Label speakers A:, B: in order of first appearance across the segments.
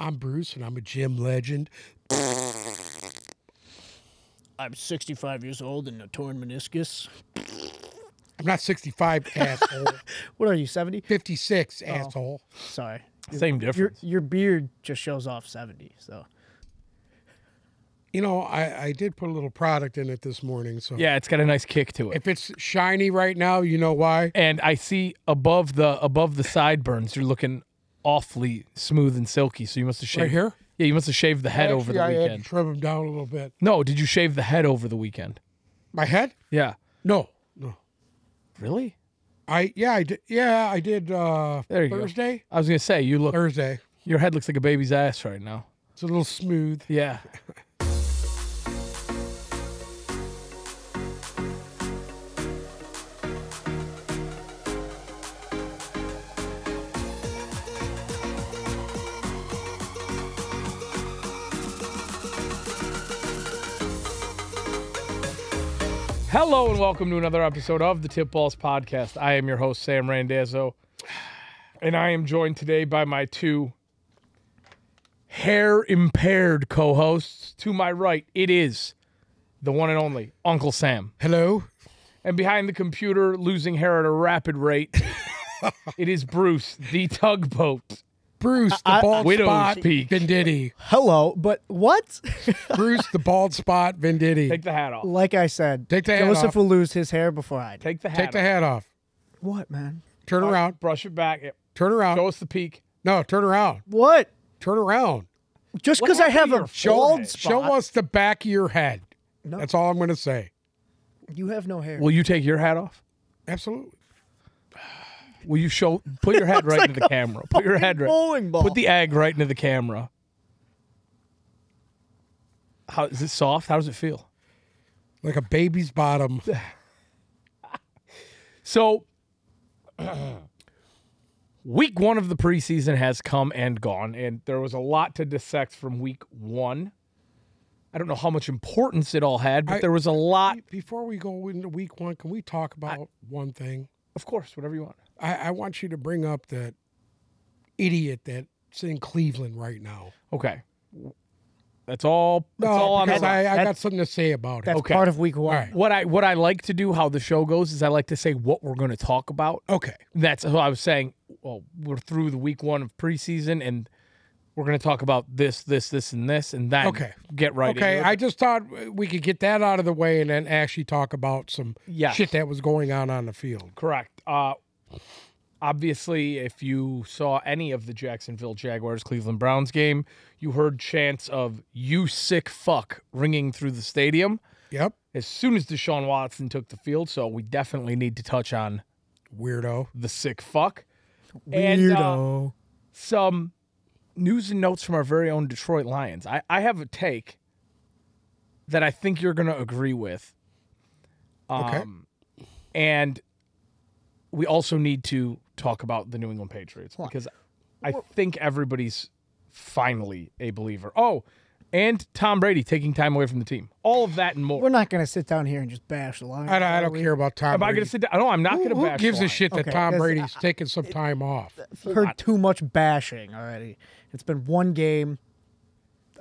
A: I'm Bruce, and I'm a gym legend.
B: I'm 65 years old and a torn meniscus.
A: I'm not 65, asshole.
B: What are you, 70?
A: 56,
C: Oh.
A: asshole.
B: Sorry.
C: Same
B: Your
C: difference.
B: your beard just shows off 70. So
A: You know, I, I did put a little product in it this morning, so
C: Yeah, it's got a nice kick to it.
A: if it's shiny right now, you know why.
C: And I see above the above the sideburns, you're looking awfully smooth and silky. So you must have shaved
A: Right here?
C: Yeah, you must have shaved the head over
A: Actually,
C: the
A: I had to
C: weekend.
A: trim them down a little bit.
C: No, did you shave the head over the weekend?
A: My head?
C: Yeah.
A: No, no.
C: Really?
A: I yeah I did yeah I did uh,
C: There you go.
A: Thursday
C: I was gonna say you look
A: Thursday.
C: your head looks like a baby's ass right now.
A: It's a little smooth.
C: Yeah. Hello and welcome to another episode of the Tip Balls Podcast. I am your host, Sam Randazzo, and I am joined today by my two hair impaired co hosts. To my right, it is the one and only Uncle Sam.
A: Hello.
C: And behind the computer, losing hair at a rapid rate, it is Bruce, the tugboat.
A: Bruce the
B: I-
A: bald
C: Widow's
A: spot
C: Peak.
A: Venditti.
B: hello, but what?
A: Bruce the bald spot Venditti.
C: Take
A: Take,
C: the hat off.
B: like I said,
A: Take the hat
B: Joseph
A: off.
B: will lose his hair before I do.
C: Take the hat
A: the
C: off.
A: hat off.
B: What man?
A: Turn around.
C: Brush it back. Yep.
A: Turn around.
C: Show us the peak.
A: No, turn around.
B: What?
A: Turn around.
B: Just
C: What
B: because I have
C: happened to
B: a
C: your
B: bald
C: forehead?
B: spot,
A: Show us the back of your head.
B: No.
A: That's all I'm going to say.
B: you have no hair.
C: Will you take your hat off?
A: Absolutely.
C: Will you show? Put your head right into the camera. Put your head right.
B: Bowling ball.
C: Put the egg right into the camera. How is it soft? How does it feel?
A: Like a baby's bottom.
C: So, week one of the preseason has come and gone, and there was a lot to dissect from week one. I don't know how much importance it all had, but
A: I-
C: there was a lot.
A: Before we go into week one, can we talk about one thing?
C: Of course, whatever you want.
A: I, I want you to bring up that idiot that's in Cleveland right now. Oh,
C: Okay, that's all. That's all I'm.
A: because
C: about.
A: I, I got
B: That's-
A: something to say about it.
B: That's
C: Okay.
B: part of week one.
A: All right.
C: what I what I like to do, how the show goes, is I like to say what we're going to talk about.
A: Okay.
C: That's what I was saying. Well, we're through the week one of preseason, and we're going to talk about this, this, this, and this, and then
A: Okay.
C: get right.
A: Okay.
C: into it.
A: I just thought we could get that out of the way and then actually talk about some
C: Yes.
A: shit that was going on on the field.
C: Correct. Uh, obviously, if you saw any of the Jacksonville Jaguars Cleveland Browns game, you heard chants of "You sick fuck" ringing through the stadium
A: Yep.
C: as soon as Deshaun Watson took the field. So we definitely need to touch on
A: Weirdo.
C: the sick fuck. And, uh,
B: Weirdo.
C: some news and notes from our very own Detroit Lions. I, I have a take that I think you're going to agree with.
A: Okay.
C: um, And we also need to talk about the New England Patriots because I think everybody's finally a believer. Oh, and Tom Brady taking time away from the team. All of that and more.
B: We're not gonna sit down here and just bash the line.
A: I, don't- I don't care about Tom
C: Am I
A: Brady.
C: going to sit down? No, I'm not going to
A: Who
C: bash.
A: gives
C: the
A: a
C: Lions.
A: shit that
B: Okay, uh,
A: Tom
B: that's-
A: Brady's taking some time off?
B: heard too much bashing already. It's been one game.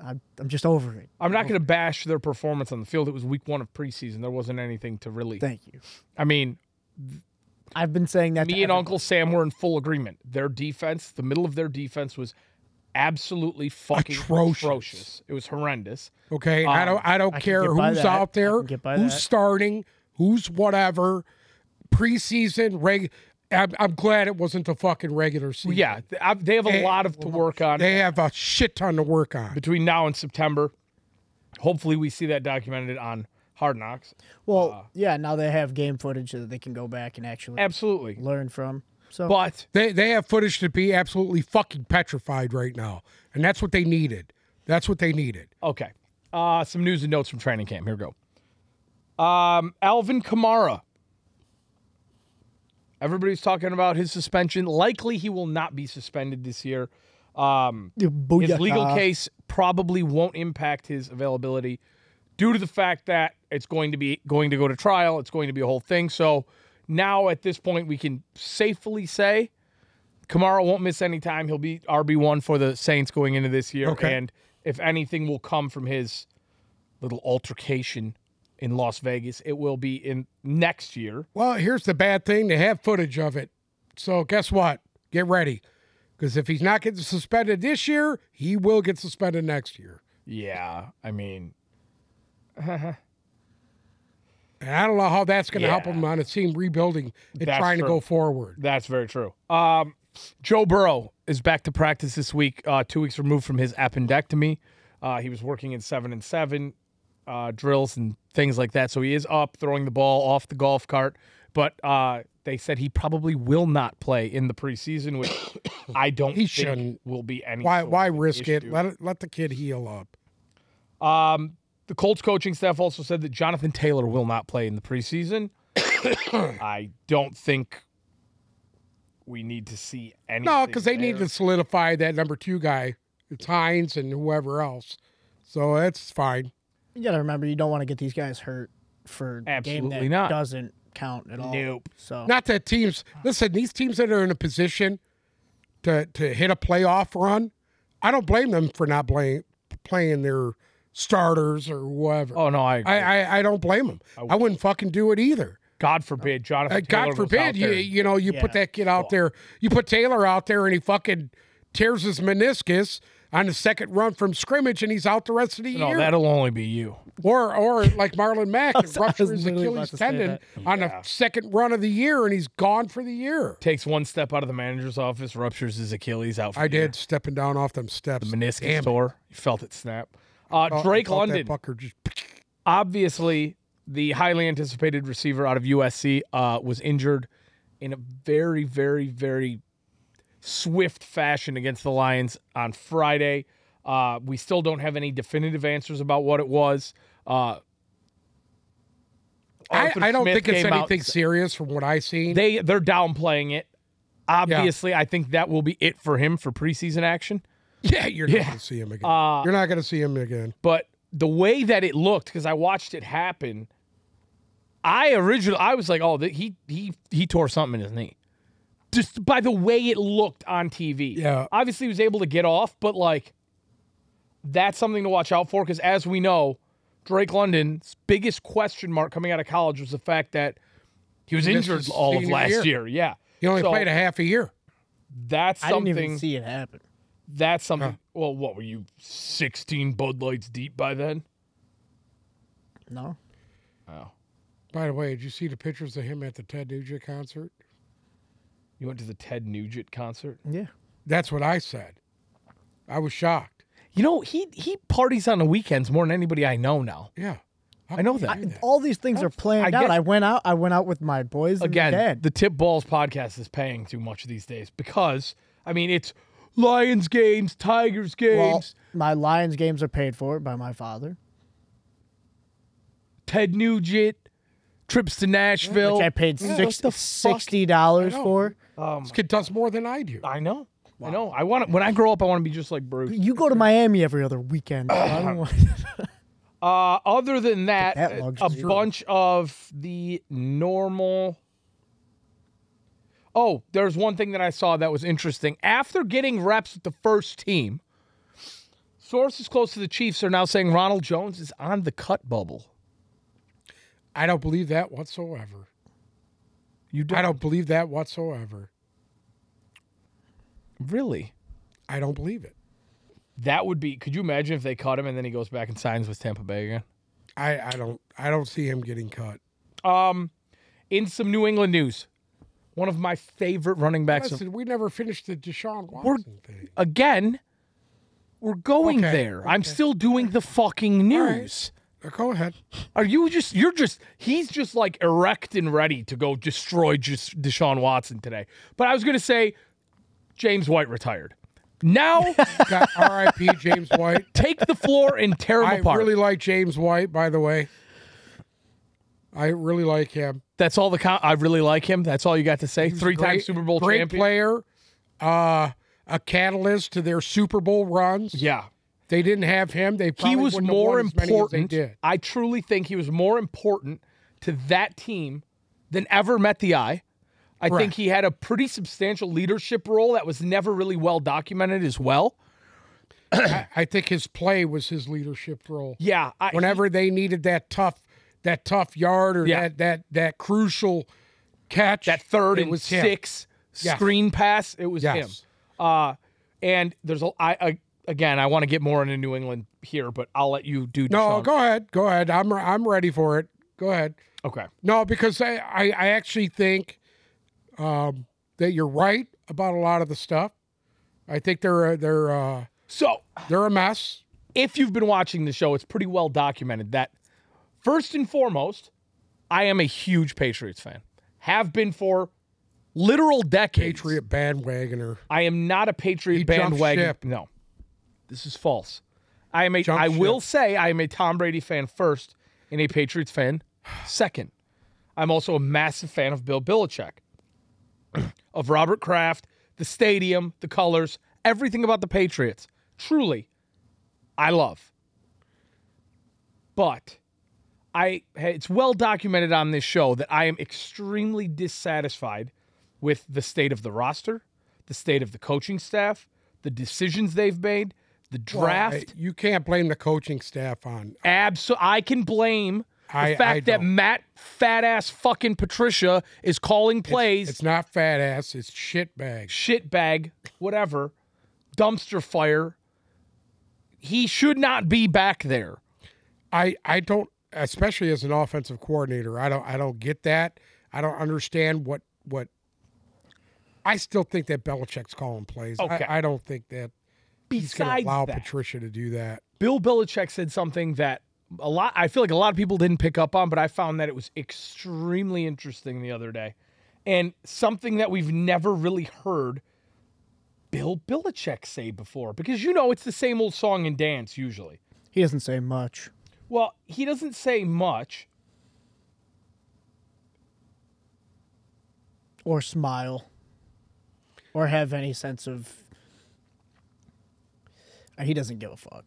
B: I'm, I'm just over it.
C: I'm not going to bash their performance on the field. It was week one of preseason. There wasn't anything to really.
B: Thank you.
C: I mean,
B: I've been saying that. to
C: me and
B: everyone.
C: Uncle Sam were in full agreement. Their defense, the middle of their defense, was absolutely fucking
A: Atrocious.
C: atrocious. It was horrendous.
A: Okay. I don't I don't
B: um, I can
A: care
B: get by
A: who's
B: that. I
A: out there,
B: can get by
A: who's
B: that.
A: starting, who's whatever, preseason, reg I'm, I'm glad it wasn't the fucking regular season.
C: Yeah, th- I- they have a lot of to work on
A: They have a shit ton to work on.
C: between now and September. Hopefully, we see that documented on Hard Knocks.
B: Well,
C: Uh,
B: yeah. Now they have game footage that they can go back and actually
C: Absolutely,
B: learn from. So
C: but
A: They they have footage to be absolutely fucking petrified right now, and that's what they needed. That's what they needed.
C: Okay. Uh, some news and notes from training camp. Here we go. Um, Alvin Kamara. Everybody's talking about his suspension. Likely he will not be suspended this year. Um, his
B: Booyaka.
C: legal case probably won't impact his availability due to the fact that it's going to be going to go to trial. It's going to be a whole thing. So now at this point, we can safely say Kamara won't miss any time. He'll be RB one for the Saints going into this year,
A: Okay.
C: and if anything will come from his little altercation in Las Vegas, it will be in next year.
A: Well, here's the bad thing: they have footage of it. So guess what? Get ready, because if he's not getting suspended this year, he will get suspended next year.
C: Yeah, I mean,
A: And I don't know how that's going to help
C: Yeah.
A: him on a team rebuilding and
C: That's
A: trying
C: true.
A: to go forward.
C: That's very true. Um, Joe Burrow is back to practice this week, uh, two weeks removed from his appendectomy. Uh, he was working in seven and seven uh, drills and things like that. So he is up, throwing the ball off the golf cart. But uh, they said he probably will not play in the preseason, which I don't
A: He
C: think
A: shouldn't.
C: will be any.
A: Why?
C: sort
A: Why
C: of an
A: risk it?
C: issue.
A: Let it, let the kid heal up.
C: Um, the Colts coaching staff also said that Jonathan Taylor will not play in the preseason. I don't think we need to see anything.
A: No, because they need
C: there.
A: to solidify that number two guy. It's Hines and whoever else. So that's fine.
B: You gotta remember, you don't want to get these guys hurt for a game that
C: Absolutely not.
B: doesn't count at all.
C: Nope.
B: So
A: Not that teams listen, these teams that are in a position to to hit a playoff run, I don't blame them for not playing playing their starters or whoever.
C: Oh no, I,
A: I, I I don't blame them. I wouldn't fucking do it either.
C: God forbid Jonathan.
A: Uh,
C: Taylor
A: God
C: goes out
A: forbid you
C: there.
A: you know you put
B: Yeah.
A: that kid out there. You put Taylor out there and he fucking tears his meniscus on the second run from scrimmage and he's out the rest of the
C: no,
A: year.
C: that'll only be you.
A: Or or like Marlon Mack
B: was- I
A: ruptures
B: was
A: his
B: literally about
A: Achilles
B: to say
A: tendon
B: that.
A: on
C: Yeah.
A: the second run of the year and he's gone for the year.
C: Takes one step out of the manager's office, ruptures his Achilles out. For
A: I
C: the year.
A: did stepping down off them steps.
C: meniscus
A: Damn it.
C: tore. You felt it snap. Uh,
A: Felt-
C: Drake
A: felt that
C: London,
A: fucker just-
C: obviously the highly anticipated receiver out of USC, uh, was injured in a very, very, very swift fashion against the Lions on Friday. Uh, we still don't have any definitive answers about what it was. Uh,
A: I,
C: Arthur
A: I don't
C: Smith
A: think it's
C: came out-
A: anything serious from what I seen.
C: they they're downplaying it. Obviously, I think that will be it for him for preseason action.
A: yeah, you're not gonna see him again.
C: Uh,
A: you're not gonna see him again.
C: But the way that it looked, because I watched it happen, I originally I was like, oh, th- he he he tore something in his knee. Just by the way it looked on TV.
A: Yeah.
C: Obviously, he was able to get off, but like, that's something to watch out for because as we know, Drake London's biggest question mark coming out of college was the fact that he was
A: missed
C: injured
A: his
C: all of
A: senior
C: last year.
A: year.
C: Yeah.
A: He only
C: So
A: played a half a year.
C: that's
B: I
C: something
B: didn't even see it happen.
C: that's something. Well, what were you, 16 Bud Lights deep by then?
B: No.
C: Oh.
A: By the way, did you see the pictures of him at the Ted Nugent concert?
C: You went to the Ted Nugent concert?
B: Yeah.
A: That's what I said. I was shocked.
C: You know, he he parties on the weekends more than anybody I know now.
A: Yeah. How
C: I know
A: can you
C: that.
A: do
B: All these things are planned
C: I
B: out.
C: guess-
B: I went out. I went out with my boys and
C: Again,
B: dad.
C: the Tip Balls podcast is paying too much these days because, I mean, it's Lions games, Tigers games,
B: Well, my Lions games are paid for by my father,
C: Ted Nugent, trips to Nashville.
B: which I paid
C: Yeah,
B: six-
C: what the fuck?
B: sixty dollars
A: I know.
B: for.
A: This kid does more than I do.
C: I know. I know. I want when I grow up, I want to be just like Bruce.
B: You go to Miami every other weekend. so I don't want-
C: Uh, other than that,
B: that
C: a- a
B: luxury.
C: bunch of the normal. Oh, there's one thing that I saw that was interesting. After getting reps with the first team, sources close to the Chiefs are now saying Ronald Jones is on the cut bubble.
A: I don't believe that whatsoever.
C: You
A: I
C: don't
A: don't believe that whatsoever.
C: really?
A: I don't believe it.
C: That would be. Could you imagine if they cut him and then he goes back and signs with Tampa Bay again?
A: I, I don't I don't see him getting cut.
C: Um, in some New England news, one of my favorite running backs of
A: Listen, we never finished the Deshaun Watson thing.
C: again, we're going
A: Okay,
C: there. I'm still doing the fucking
A: right.
C: news.
A: Uh, Go ahead.
C: Are you just you're just he's just like erect and ready to go destroy just Deshaun Watson today. But I was gonna say James White retired. Now
A: Got R.I.P. James White.
C: take the floor and tear him
A: I
C: apart.
A: really like James White, by the way. I really like him.
C: That's all the co- I really like him. That's all you got to say. Three time
A: Great-
C: Super Bowl
A: great
C: champion.
A: player, uh, a catalyst to their Super Bowl runs.
C: Yeah.
A: They didn't have him. They probably
C: he was
A: wouldn't have
C: more
A: won as many as
C: important.
A: they did.
C: I truly think he was more important to that team than ever met the eye. I
A: Right.
C: think he had a pretty substantial leadership role that was never really well documented as well.
A: I, I think his play was his leadership role.
C: Yeah, I,
A: Whenever they needed that tough, that tough yard or
C: Yeah.
A: that that that crucial catch,
C: that third
A: it
C: and
A: was him.
C: six
A: Yes.
C: screen pass, it was him.
A: Yes.
C: Uh, and there's a I, I again I want to get more into New England here, but I'll let you do.
A: No,
C: Deshaun.
A: go ahead, go ahead. I'm re- I'm ready for it. Go ahead.
C: okay.
A: No, because I, I, I actually think um, that you're right about a lot of the stuff. I think they're a- they're uh,
C: So
A: they're a mess.
C: if you've been watching the show, it's pretty well documented that first and foremost, I am a huge Patriots fan. Have been for literal decades.
A: Patriot bandwagoner.
C: I am not a Patriot
A: He jumped
C: bandwagon.
A: ship.
C: No, this is false. I am a. I
A: Jumped ship.
C: will say I am a Tom Brady fan first, and a Patriots fan second. I'm also a massive fan of Bill Belichick, of Robert Kraft, the stadium, the colors, everything about the Patriots. Truly, I love. But I it's well documented on this show that I am extremely dissatisfied with the state of the roster, the state of the coaching staff, the decisions they've made, the draft.
A: Well, I- you can't blame the coaching staff on.
C: Abso- I can blame the
A: I-
C: fact
A: I
C: that
A: don't.
C: Matt fat ass fucking Patricia is calling plays
A: It's not fat ass. It's shit bag.
C: shitbag, whatever, dumpster fire. He should not be back there.
A: I I don't, especially as an offensive coordinator. I don't I don't get that. I don't understand what what. I still think that Belichick's calling plays. I-
C: Okay.
A: I, don't think that he's going
C: Besides
A: to allow
C: that,
A: Patricia to do that.
C: Bill Belichick said something that a lot I feel like a lot of people didn't pick up on, but I found that it was extremely interesting the other day. And something that we've never really heard Bill Belichick say before. Because you know it's the same old song and dance usually.
B: He doesn't say much.
C: Well, he doesn't say much.
B: or smile or have any sense of he doesn't give a fuck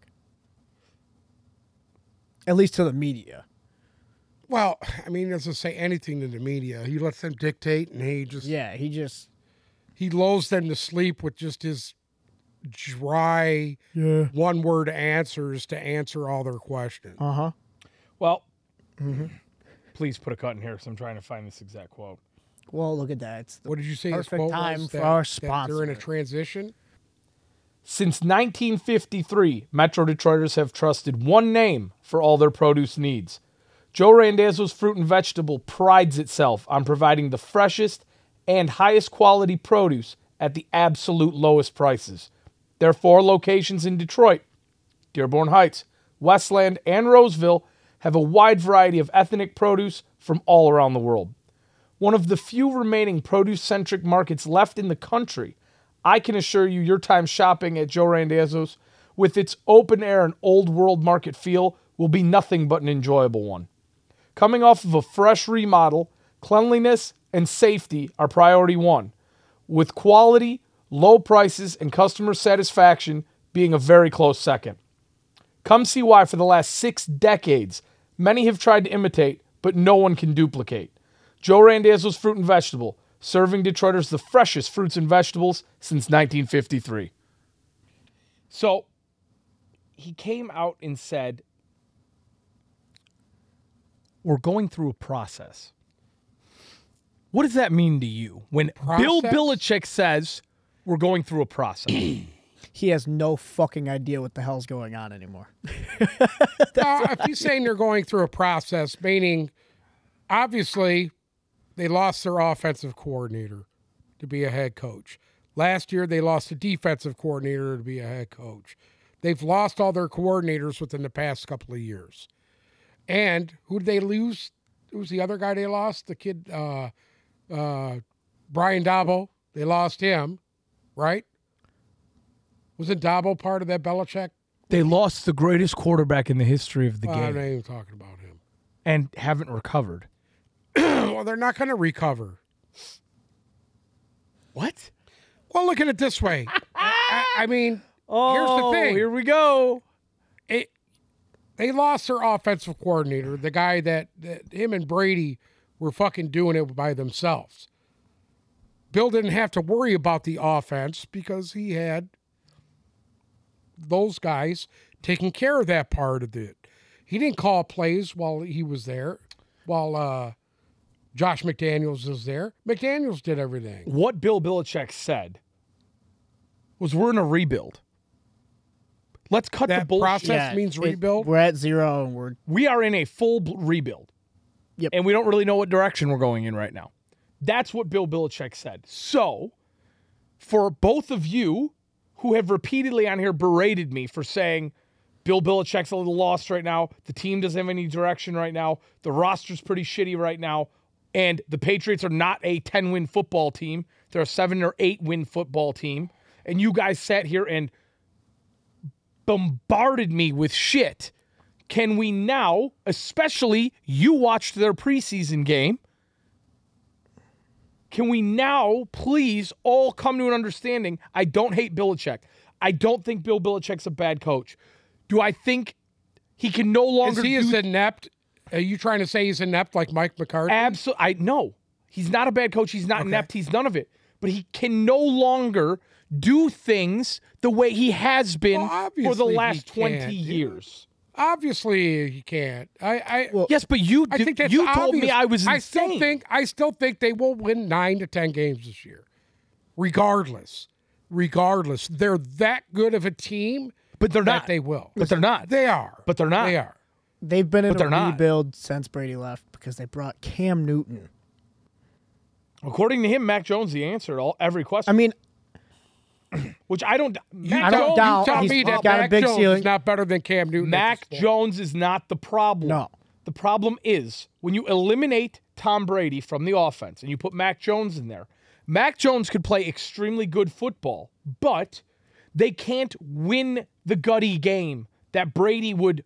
B: at least to the media
A: Well, I mean, he doesn't say anything to the media. He lets them dictate, and he just
B: yeah he just
A: he lulls them to sleep with just his dry
B: yeah
A: one word answers to answer all their questions.
B: uh-huh
C: Well, please put a cut in here because I'm trying to find this exact quote.
B: well look at that it's the,
A: What did you say? his quote
B: Perfect
A: was?
B: time for
A: That-
B: our
A: That they're in
B: sponsor.
A: a transition.
C: Since 1953, Metro Detroiters have trusted one name for all their produce needs. Joe Randazzo's Fruit and Vegetable prides itself on providing the freshest and highest quality produce at the absolute lowest prices. Their four locations in Detroit, Dearborn Heights, Westland, and Roseville have a wide variety of ethnic produce from all around the world one of the few remaining produce centric markets left in the country, I can assure you your time shopping at Joe Randazzo's with its open air and old world market feel will be nothing but an enjoyable one. Coming off of a fresh remodel, cleanliness and safety are priority one, with quality, low prices, and customer satisfaction being a very close second. Come see why for the last six decades, many have tried to imitate, but no one can duplicate. Joe Randazzo's Fruit and Vegetable, serving Detroiters the freshest fruits and vegetables since 1953. So he came out and said, We're going through a process. What does that mean to you when Bill
A: Process?
C: Belichick says we're going through a process?
B: he has no fucking idea what the hell's going on anymore
A: Now, if he's saying they're going through a process, meaning obviously they lost their offensive coordinator to be a head coach. Last year they lost a defensive coordinator to be a head coach. They've lost all their coordinators within the past couple of years. And who did they lose? Who was the other guy they lost? The kid uh uh Brian Dabo. They lost him, right? Wasn't Dabo part of that Belichick?
C: They lost the greatest quarterback in the history of the
A: Well, I'm
C: game
A: not even talking about him.
C: and haven't recovered.
A: Oh, well, they're not going to recover.
C: What?
A: Well, look at it this way. I, I mean,
C: Oh,
A: thing.
C: Here we go.
A: it, they lost their offensive coordinator, the guy that, that him and Brady were fucking doing it by themselves. Bill didn't have to worry about the offense because he had those guys taking care of that part of it. He didn't call plays while he was there, while uh, Josh McDaniels was there. McDaniels did everything.
C: What Bill Belichick said was we're in a rebuild. Let's cut the
A: That
C: bullshit.
A: process means
B: it-
A: rebuild.
B: we're at zero and we're
C: we are in a full bl- rebuild.
B: Yep.
C: And we don't really know what direction we're going in right now. That's what Bill Belichick said. So, for both of you who have repeatedly on here berated me for saying Bill Belichick's a little lost right now, the team doesn't have any direction right now, the roster's pretty shitty right now, and the Patriots are not a 10 win football team, they're a seven or eight win football team. And you guys sat here and bombarded me with shit can we now, especially you watched their preseason game, can we now please all come to an understanding? I don't hate Belichick. I don't think Bill Belichick's a bad coach. Do I think he can no
A: Is
C: longer
A: he
C: do
A: as inept? Are you trying to say he's inept like Mike McCarthy?
C: Absolutely, I no. He's not a bad coach. He's not inept. He's none of it. But he can no longer do things the way he has been
A: Well,
C: for the
A: obviously he can't,
C: last twenty
A: dude.
C: years.
A: Obviously, he can't. I, I,
C: Yes, but you
A: I
C: did-
A: think that's
C: you told me
A: obvious.
C: I was insane.
A: I still think I still think they will win nine to ten games this year, regardless. Regardless, they're that good of a team
C: but they're
A: that
C: not.
A: they will.
C: But they're not.
A: They are.
C: But they're not.
A: They are.
B: they've been in
C: they're
B: a
C: not.
B: rebuild since Brady left because they brought Cam Newton.
C: According to him, Mac Jones he answered all every
B: I
C: question,
B: mean,
C: which I don't. Mac
B: I don't
A: Jones,
B: doubt
A: you tell
B: he's
A: me that
B: got a
A: Mac
B: big
A: Jones
B: ceiling.
A: is not better than Cam Newton. at
C: Mac
A: this point.
C: Jones is not the problem.
B: No.
C: The problem is when you eliminate Tom Brady from the offense and you put Mac Jones in there. Mac Jones could play extremely good football, but they can't win the gutty game that Brady would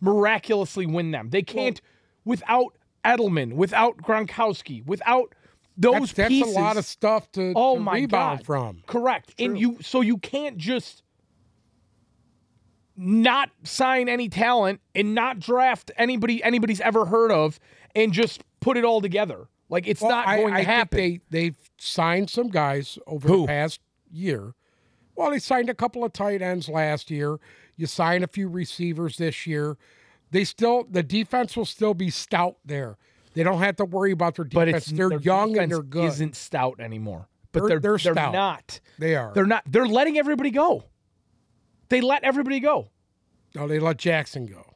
C: miraculously win them. They can't without Edelman, without Gronkowski, without those
A: That's, that's a
C: pieces.
A: lot of stuff to,
C: oh
A: to
C: my
A: rebound
C: god
A: from.
C: correct and you so you can't just not sign any talent and not draft anybody anybody's ever heard of and just put it all together like it's
A: Well,
C: not going
A: I,
C: to
A: I
C: happen
A: Think they they've signed some guys over
C: Who?
A: the past year. Well, they signed a couple of tight ends last year. You sign a few receivers this year. They still the defense will still be stout there. They don't have to worry about their
C: but
A: defense.
C: it's
A: they're
C: their
A: young
C: defense
A: and they're good.
C: isn't stout anymore but
A: They're-
C: they're
A: they're
C: they're
A: stout.
C: not
A: they are.
C: they're not they're letting everybody go they let everybody go
A: No, they let Jackson go.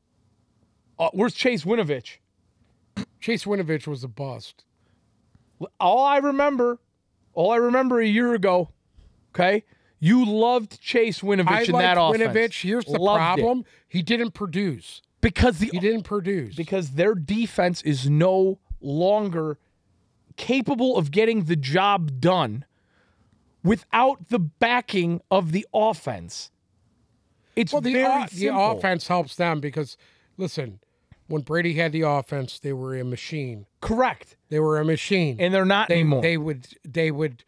C: uh, where's chase winovich
A: Chase Winovich was a bust.
C: all I remember, all I remember a year ago, okay, you loved Chase Winovich
A: I
C: in
A: like
C: that offense.
A: Winovich. Here's the
C: Loved it.
A: problem: he didn't produce.
C: because the
A: He didn't produce.
C: because their defense is no longer capable of getting the job done without the backing of the offense. It's
A: Well, the,
C: very
A: o- the
C: simple.
A: offense helps them because, listen, when Brady had the offense, they were a machine.
C: correct,
A: They were a machine.
C: and they're not
A: they,
C: anymore.
A: they would, they would.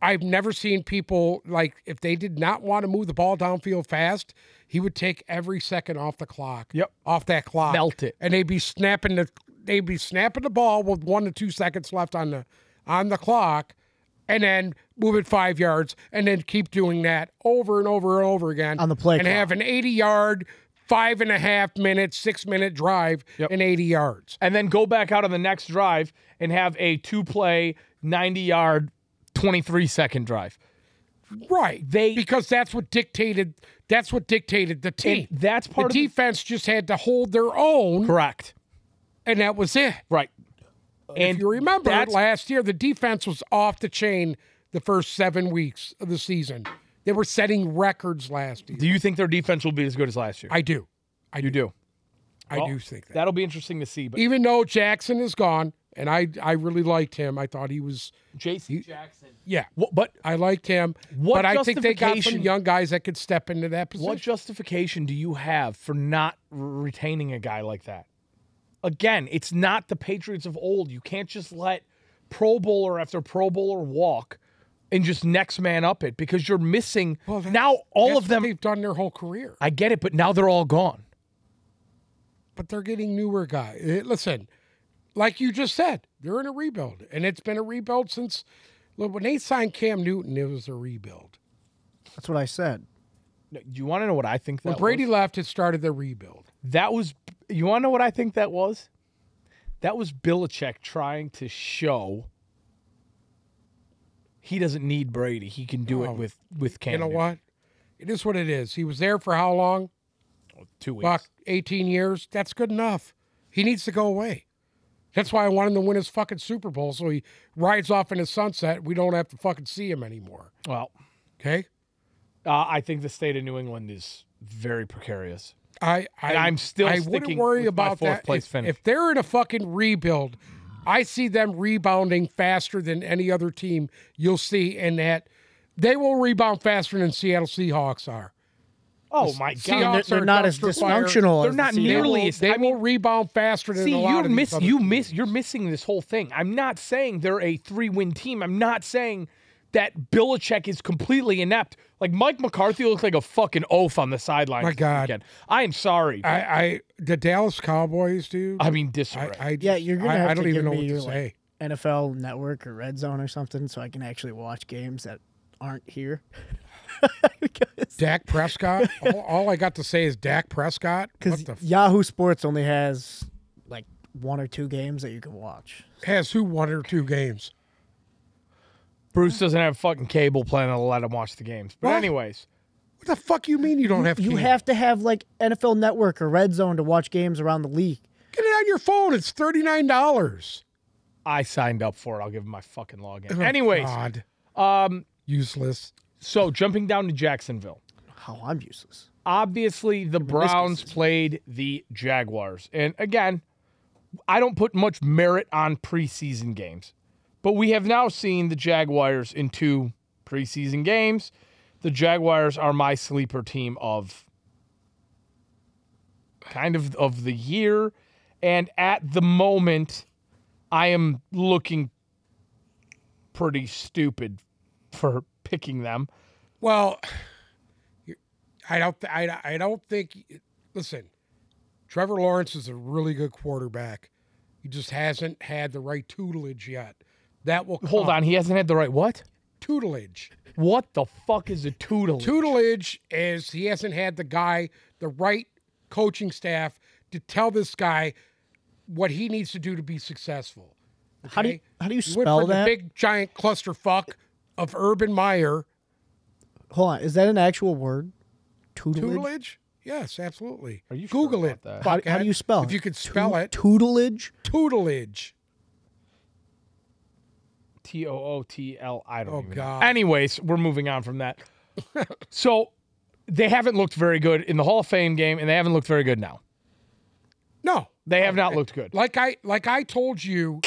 A: I've never seen people like if they did not want to move the ball downfield fast, he would take every second off the clock.
C: Yep.
A: off that clock,
C: Melt it.
A: and they'd be snapping the, they'd be snapping the ball with one to two seconds left on the, on the clock, and then move it five yards, and then keep doing that over and over and over again
B: On the play
A: and
B: clock.
A: have an eighty-yard, five and a half minute, six-minute drive
C: Yep.
A: in eighty yards.
C: and then go back out on the next drive and have a two-play, ninety-yard, twenty-three-second drive.
A: Right.
C: They-
A: because that's what dictated that's what dictated the team.
C: That's
A: The
C: part of the
A: defense just had to hold their own
C: Correct.
A: and that was it.
C: Right.
A: if you remember
C: that's-
A: last year the defense was off the chain the first 7 weeks of the season. They were setting records last year.
C: Do you think their defense will be as good as last year?
A: I do. I
C: you do.
A: I
C: Well,
A: do think that.
C: That'll be interesting to see. But
A: Even though Jackson is gone and I I really liked him. I thought he was
C: Jason Jackson.
A: yeah.
C: What, but
A: I liked him.
C: What
A: but I think they got some
C: justification-
A: young guys that could step into that position.
C: what justification do you have for not r- retaining a guy like that? Again, it's not the Patriots of old. You can't just let Pro Bowler after Pro Bowler walk and just next man up it because you're missing
A: Well, that's-
C: now all
A: that's
C: of
A: what
C: them.
A: they've done their whole career.
C: I get it, but now they're all gone.
A: but they're getting newer eh, guys. Listen, like you just said, they're in a rebuild, and it's been a rebuild since Look, when they signed Cam Newton, it was a rebuild.
B: That's what I said.
C: No, Do you want to know what I think that
A: When Brady
C: was?
A: left, it started the rebuild.
C: That was. You want to know what I think that was? That was Belichick trying to show he doesn't need Brady. He can do
A: No.
C: it with with Cam.
A: You know
C: Newton.
A: what? It is what it is. He was there for how long?
C: Two weeks.
A: Buck, 18 years. That's good enough. He needs to go away. That's why I want him to win his fucking Super Bowl so he rides off into sunset. We don't have to fucking see him anymore.
C: Well,
A: Okay?
C: uh, I think the state of New England is very precarious.
A: I, I
C: And I'm still
A: I
C: sticking
A: wouldn't worry
C: with my
A: about
C: fourth
A: that.
C: place
A: if,
C: finish.
A: if they're in a fucking rebuild, I see them rebounding faster than any other team you'll see in that they will rebound faster than Seattle Seahawks are.
C: Oh my
A: Seahawks are
B: They're, they're not
A: a
B: as
A: dumpster fire.
B: dysfunctional.
C: They're
B: as the
C: not
B: Seahawks.
A: They
C: nearly
A: will,
C: as-
A: they
C: I mean-
A: will rebound faster than a
C: See,
A: lot
C: you're
A: of these
C: miss
A: other
C: you
A: teams.
C: miss you're missing this whole thing. I'm not saying they're a three win team. I'm not saying that Belichick is completely inept. Like Mike McCarthy looks like a fucking oaf on the sideline.
A: My
C: this
A: God.
C: weekend. I am sorry. I,
A: I, I the Dallas Cowboys, dude.
C: mean disarray.
A: I, I just,
B: Yeah, you're gonna
A: I,
B: have
A: I
B: to
A: don't
B: give
A: even know
B: me
A: what
B: your,
A: to
B: like,
A: say.
B: NFL Network or Red Zone or something, so I can actually watch games that aren't here. Because
A: Dak Prescott. all, all I got to say is Dak Prescott. What the f-
B: Yahoo Sports only has like one or two games that you can watch.
A: has who one or two games?
C: Bruce doesn't have fucking cable plan that'll let him watch the games. But
A: What?
C: anyways,
A: What the fuck you mean you don't have?
B: You
A: cable?
B: have to have like NFL Network or Red Zone to watch games around the league.
A: Get it on your phone. It's thirty nine dollars.
C: I signed up for it. I'll give him my fucking login. anyways,
A: Oh, God,
C: um,
A: useless.
C: so jumping down to Jacksonville.
B: How I'm useless.
C: obviously the Browns played the Jaguars. And again, I don't put much merit on preseason games, but we have now seen the Jaguars in two preseason games. The Jaguars are my sleeper team of kind of of the year and at the moment I am looking pretty stupid for picking them.
A: Well, you- I don't. th- I, I don't think. Listen, Trevor Lawrence is a really good quarterback. He just hasn't had the right tutelage yet. That will
C: Hold
A: come.
C: on, he hasn't had the right what?
A: Tutelage.
C: What the fuck is a tutelage?
A: tutelage is he hasn't had the guy, the right coaching staff to tell this guy what he needs to do to be successful.
B: How do you
A: okay?
B: how do you
A: He went
B: spell
A: from
B: that?
A: The big giant clusterfuck of Urban Meyer
B: Hold on, is that an actual word? Tutelage.
A: tutelage. Yes, absolutely.
C: Are you sure
A: Google
C: about
A: it?
C: that?
B: How, how do you
A: fuckhead.
B: spell it?
A: If you could spell
B: Tu-
A: it,
B: Tutelage.
A: tutelage.
C: T O O T L. I don't
A: Oh,
C: even
A: God.
C: know. Anyways, we're moving on from that. so they haven't looked very good in the Hall of Fame game, and they haven't looked very good now.
A: No,
C: They have not looked good.
A: like I like I told you.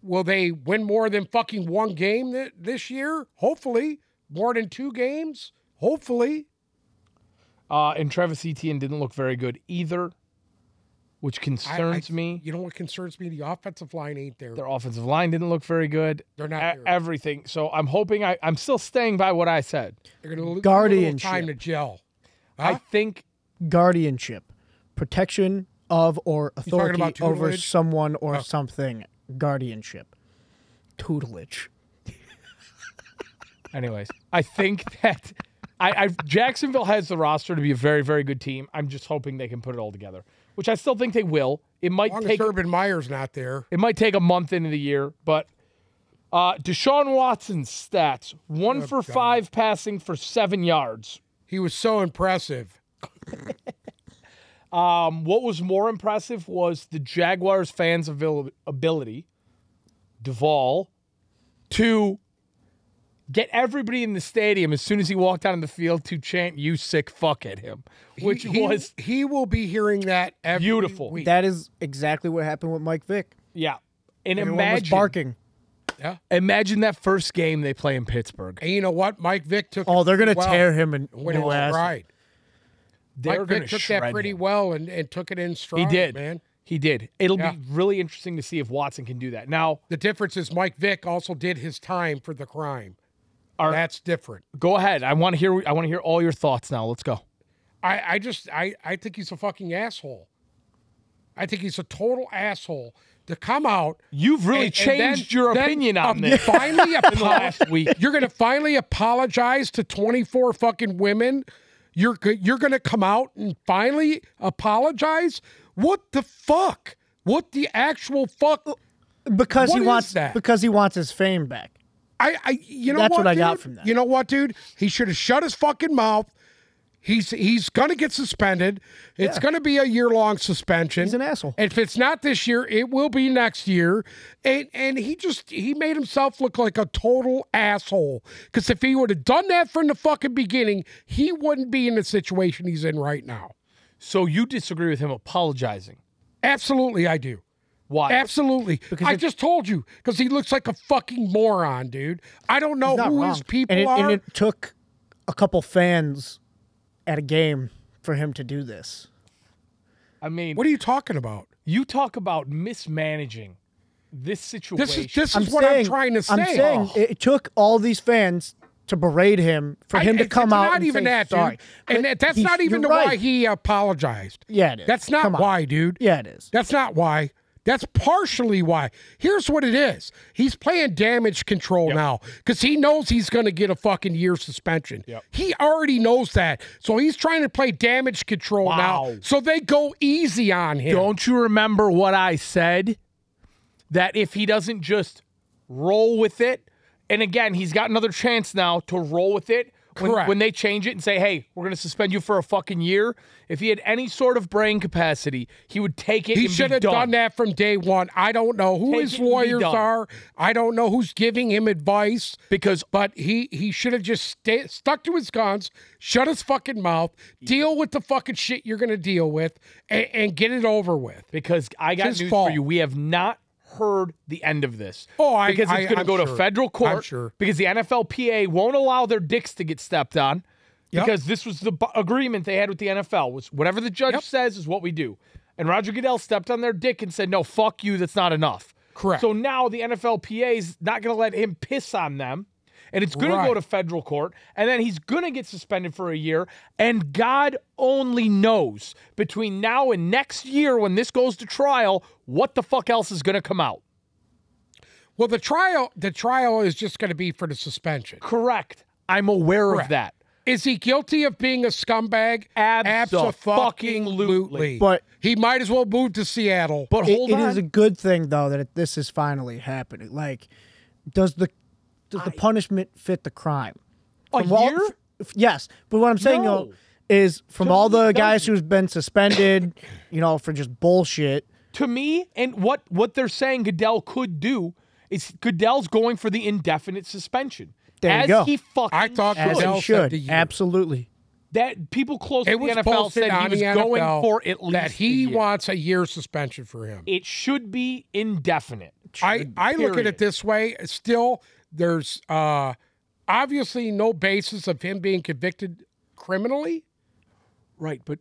A: Will they win more than fucking one game th- this year? Hopefully, more than two games. Hopefully,
C: Uh, and Travis Etienne didn't look very good either, which
A: I- I-
C: concerns me.
A: You know what concerns me? The offensive line ain't there.
C: Their offensive line didn't look very good.
A: They're
C: E-
A: not there.
C: everything. So I'm hoping I, I'm still staying by what I said.
A: They're going to lose
B: Guardianship.
A: time to gel.
C: I
A: Huh?
C: think
B: guardianship, protection of or
A: talking
B: authority
A: about
B: over
A: tutelage? Oh.
B: someone or something. Guardianship, tutelage.
C: Anyways, I think that I, I Jacksonville has the roster to be a very, very good team. I'm just hoping they can put it all together, which I still think they will. It might
A: As long
C: take
A: as Urban Meyer's not there,
C: it might take a month into the year, but uh, Deshaun Watson's stats: one for five passing for seven yards.
A: he was so impressive.
C: Um, what was more impressive was the Jaguars fans' avail- ability, Duvall, to get everybody in the stadium as soon as he walked out on the field to chant "You sick fuck" at him, which
A: he, he-
C: was
A: he will be hearing that every
C: Beautiful.
A: week.
B: That is exactly what happened with Mike Vick.
C: yeah. And
B: Everyone was
C: imagine,
B: barking.
C: imagine that first game they play in Pittsburgh.
A: and you know what? Mike Vick took.
B: Oh,
A: it
B: they're gonna
A: pretty well
B: tear him and
A: when it
B: new
A: was
B: ass.
A: right.
C: They're
A: Mike
C: going
A: Vick
C: to
A: took
C: shred
A: that pretty
C: him.
A: well and, and took it in strong.
C: He did,
A: man.
C: He did. It'll
A: Yeah.
C: be really interesting to see if Watson can do that. Now,
A: The difference is Mike Vick also did his time for the crime.
C: Are-
A: That's different.
C: go ahead. I want to hear. I want to hear all your thoughts now. Let's go.
A: I, I just I, I think he's a fucking asshole. I think he's a total asshole to come out
C: You've
A: and-
C: really
A: and
C: changed
A: then-
C: your
A: then,
C: opinion on
A: um,
C: this
A: Finally,
C: in the
A: apo-
C: last week.
A: you're going to finally apologize to 24 fucking women. You're go- you're going to come out and finally apologize. What the fuck? What the actual fuck?
B: because
A: What
B: he
A: is
B: wants
A: that?
B: because he wants his fame back.
A: I, I you know
B: That's
A: what,
B: what I got
A: dude?
B: from that.
A: You know what, dude? He should have shut his fucking mouth. He's he's gonna get suspended. It's gonna be a year long suspension.
B: He's an asshole.
A: If it's not this year, it will be next year. And and he just he made himself look like a total asshole. Because if he would have done that from the fucking beginning, he wouldn't be in the situation he's in right now.
C: So you disagree with him apologizing?
A: Absolutely, I do.
C: Why?
A: Absolutely. I
B: it-
A: just told you because he looks like a fucking moron, dude. I don't know
B: Not
A: who
B: wrong.
A: his people
B: and it,
A: are.
B: and it took a couple fans at a game for him to do this.
C: I mean,
A: What are you talking about?
C: you talk about mismanaging this situation.
A: This is this is
B: I'm
A: what I'm
B: saying,
A: trying to say. Oh,
B: I'm saying it, it took all these fans to berate him for him
A: I-
B: to
A: it's-
B: come
A: it's
B: out
A: Not
B: and
A: even
B: say
A: that,
B: sorry.
A: dude. And
B: But
A: that- that's
B: he's-
A: not even
B: you're
A: the why
B: right.
A: he apologized.
B: Yeah, it is.
A: That's not
B: Come on.
A: why, dude.
B: Yeah, it is.
A: That's not why. That's partially why. Here's what it is. He's playing damage control now because he knows he's going to get a fucking year suspension. He already knows that. So he's trying to play damage control
C: Wow.
A: now. So they go easy on him.
C: Don't you remember what I said? That if he doesn't just roll with it, and again, he's got another chance now to roll with it. When,
A: Correct.
C: when they change it and say, hey, we're going to suspend you for a fucking year, if he had any sort of brain capacity, he would take it
A: He
C: and be
A: should have
C: done.
A: done that from day one. I don't know who
C: Take it
A: his
C: and be
A: lawyers
C: done.
A: are. I don't know who's giving him advice.
C: Because
A: But he he should have just sta stuck to his guns, shut his fucking mouth, deal with the fucking shit you're gonna deal with, and, and get it over with.
C: because I got
A: his
C: news
A: fault.
C: for you. We have not heard the end of this.
A: Oh, I-
C: because
A: I-
C: it's going to
A: I'm
C: go to
A: sure.
C: federal court.
A: I'm sure.
C: Because the NFLPA won't allow their dicks to get stepped on. Because this was the bu- agreement they had with the NFL was whatever the judge says is what we do. And Roger Goodell stepped on their dick and said, "No, fuck you. That's not enough."
A: Correct.
C: So now the NFLPA is not going to let him piss on them. And it's going to go
A: Right.
C: to federal court, and then he's going to get suspended for a year. And God only knows between now and next year, when this goes to trial, what the fuck else is going to come out.
A: Well, the trial the trial is just gonna be for the suspension.
C: Correct. I'm aware of
A: Correct.
C: that.
A: Is he guilty of being a scumbag?
C: Abso-fucking-lutely.
B: But-
A: he might as well move to Seattle.
C: But
B: It-
C: hold
B: it
C: on.
B: is a good thing though that it, this is finally happening. Like, does the does the punishment fit the crime?
C: A
B: From all-
C: year?
B: f- f- yes, but what I'm saying
C: No.
B: though is from all the
C: Doesn't-
B: guys who's been suspended, you know, for just bullshit.
C: to me, and what what they're saying Goodell could do is Goodell's going for the indefinite suspension.
B: There you
C: as
B: go.
C: he fucking
A: I thought
B: As
A: Goodell
B: he
A: said the
B: should,
A: year.
B: absolutely.
C: that people close to
A: it
C: the
A: was
C: NFL
A: posted
C: said he
A: on
C: was
A: the
C: going
A: NFL
C: for at least
A: that
C: a
A: he
C: year.
A: wants a year suspension for him.
C: It should be indefinite.
A: I, I look at
C: period.
A: it this way. Still, there's uh, obviously no basis of him being convicted criminally.
C: Right, but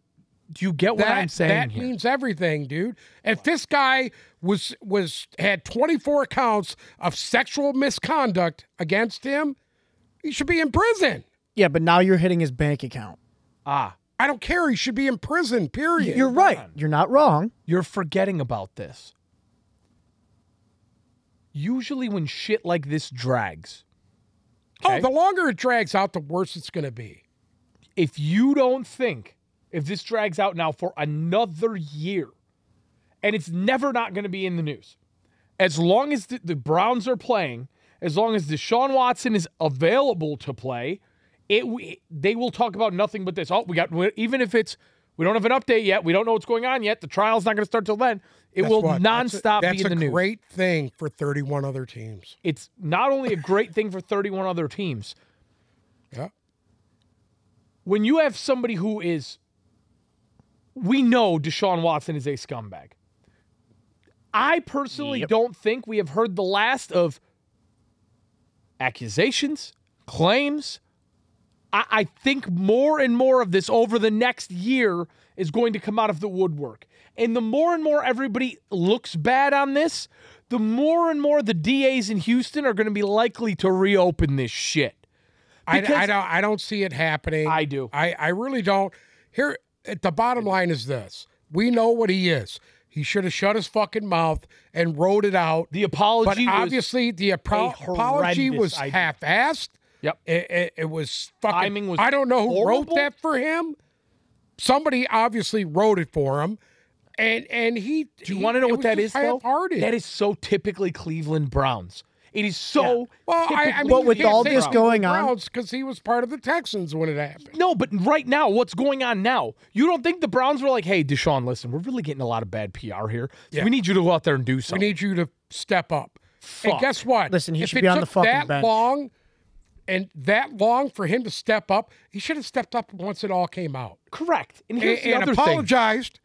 C: do you get what
A: That,
C: I'm saying
A: that
C: here?
A: means everything, dude. If this guy was was had 24 counts of sexual misconduct against him, he should be in prison.
B: Yeah, but now you're hitting his bank account.
C: ah,
A: I don't care. He should be in prison. Period.
B: You're right. You're not wrong.
C: you're forgetting about this. Usually, when shit like this drags,
A: Oh, the longer it drags out, the worse it's going to be.
C: if you don't think if this drags out now for another year, and it's never not going to be in the news, as long as the, the Browns are playing, as long as Deshaun Watson is available to play, it we, they will talk about nothing but this. Oh, we got we- even if it's we don't have an update yet, we don't know what's going on yet. The trial's not going to start till then. It
A: Guess
C: will
A: what? That's a-
C: nonstop be in
A: That's
C: the
A: a
C: news
A: great thing for 31 other teams.
C: it's not only a great thing for 31 other teams.
A: Yeah.
C: When you have somebody who is, we know Deshaun Watson is a scumbag. I personally don't think we have heard the last of accusations, claims. I, I think more and more of this over the next year is going to come out of the woodwork. And the more and more everybody looks bad on this, the more and more the DAs in Houston are going to be likely to reopen this shit.
A: I,
C: Because-
A: I don't I don't see it happening.
C: I do.
A: I, I really don't. Here at the bottom line is this. We know what he is. He should have shut his fucking mouth and wrote it out.
C: The
A: But
C: apology was
A: obviously, the apo-
C: a
A: apology
C: horrendous
A: was
C: idea.
A: half-assed.
C: Yep.
A: It, it, it was fucking.
C: Timing was
A: I don't know who
C: horrible.
A: wrote that for him. Somebody obviously wrote it for him, and and he.
C: Do you want to know what that is, though?
A: Half-hearted.
C: That is so typically Cleveland Browns. It is so.
A: Well, I, I
C: typically-
A: mean,
B: But with all this going on-
A: because he was part of the Texans when it happened.
C: No, but right now, what's going on now? You don't think the Browns were like, hey, Deshaun, listen, we're really getting a lot of bad PR here. So We need you to go out there and do
A: We
C: something.
A: need you to step up. And
C: Fuck.
A: guess what?
B: Listen, he
A: If
B: should
A: it
B: be on
A: took
B: the fucking
A: that
B: bench.
A: long, and that long for him to step up, he should have stepped up once it all came out
C: Correct. And
A: and,
C: here's the
A: and
C: other thing.
A: apologized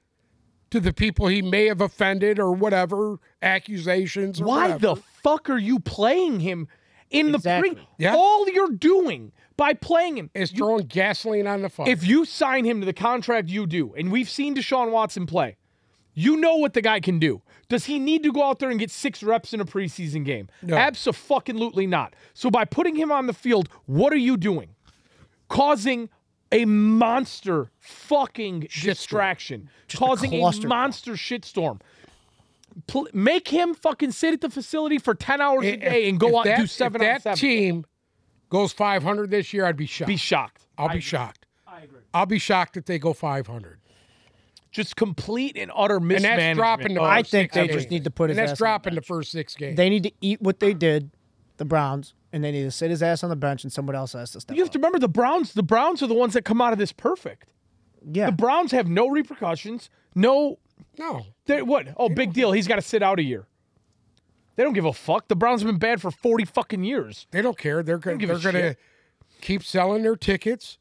A: to the people he may have offended or whatever accusations. Or
C: Why
A: whatever.
C: the fuck are you playing him in the
B: Exactly.
C: pre?
A: Yeah.
C: All you're doing by playing him
A: is throwing gasoline on the fire?
C: If you sign him to the contract you do, and we've seen Deshaun Watson play, you know what the guy can do. Does he need to go out there and get six reps in a preseason game?
A: No.
C: Absolutely not. So by putting him on the field, what are you doing? Causing a monster fucking distraction, causing a,
B: clusterfuck.
C: monster shitstorm. Pl- make him fucking sit at the facility for ten hours a day
A: Eh,
C: and
A: If
C: go out
A: that,
C: and do seven
A: if
C: on
A: that
C: seven.
A: team goes 500 this year, I'd be shocked.
C: Be shocked.
A: I'll be shocked. I agree. I'll be shocked if they go 500.
C: Just complete and utter
A: And
C: mismanagement.
A: that's dropping the
C: of-
B: I think
A: six
B: they
A: games.
B: just need to put his
A: And that's
B: ass on the
A: dropping the first six games.
B: They need to eat what they did, the Browns, and they need to sit his ass on the bench, and someone else has to step
C: You have
B: up.
C: to remember the Browns. The Browns are the ones that come out of this perfect.
B: yeah,
C: The Browns have no repercussions. No,
A: no.
C: they what? Oh, big deal. He's got to sit out a year. They don't give a fuck. The Browns have been bad for forty fucking years.
A: They don't care. They're going.
C: give
A: They're
C: a
A: going to
C: shit.
A: keep selling their tickets.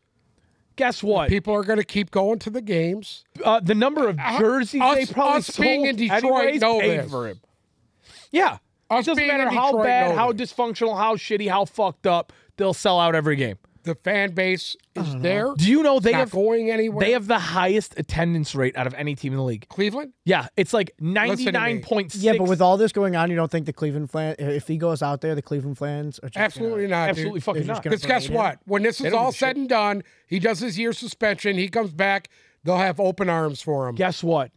C: Guess what?
A: People are going to keep going to the games.
C: Uh, the number of jerseys
A: us-
C: they probably
A: us being
C: sold
A: in Detroit
C: anyways
A: know
C: paid
A: this.
C: for him. Yeah,
A: Us
C: it doesn't
A: being in
C: matter how
A: Detroit
C: bad,
A: know
C: how
A: this.
C: dysfunctional, how shitty, how fucked up. They'll sell out every game.
A: The fan base is there.
C: Do you know they
A: not
C: have
A: going anywhere.
C: they have the highest attendance rate out of any team in the league?
A: Cleveland.
C: Yeah, it's like
A: to
C: ninety
A: me.
C: nine point six.
B: yeah, but with all this going on, you don't think the Cleveland fans, if he goes out there, the Cleveland fans are just gonna-
A: Absolutely not. dude.
C: Absolutely fucking
B: They're just
C: not.
B: gonna
A: Because guess
B: parade him.
A: what? When this is
C: don't
A: all
C: give a
A: said and done, he does his year suspension. He comes back. They'll have open arms for him.
C: Guess what?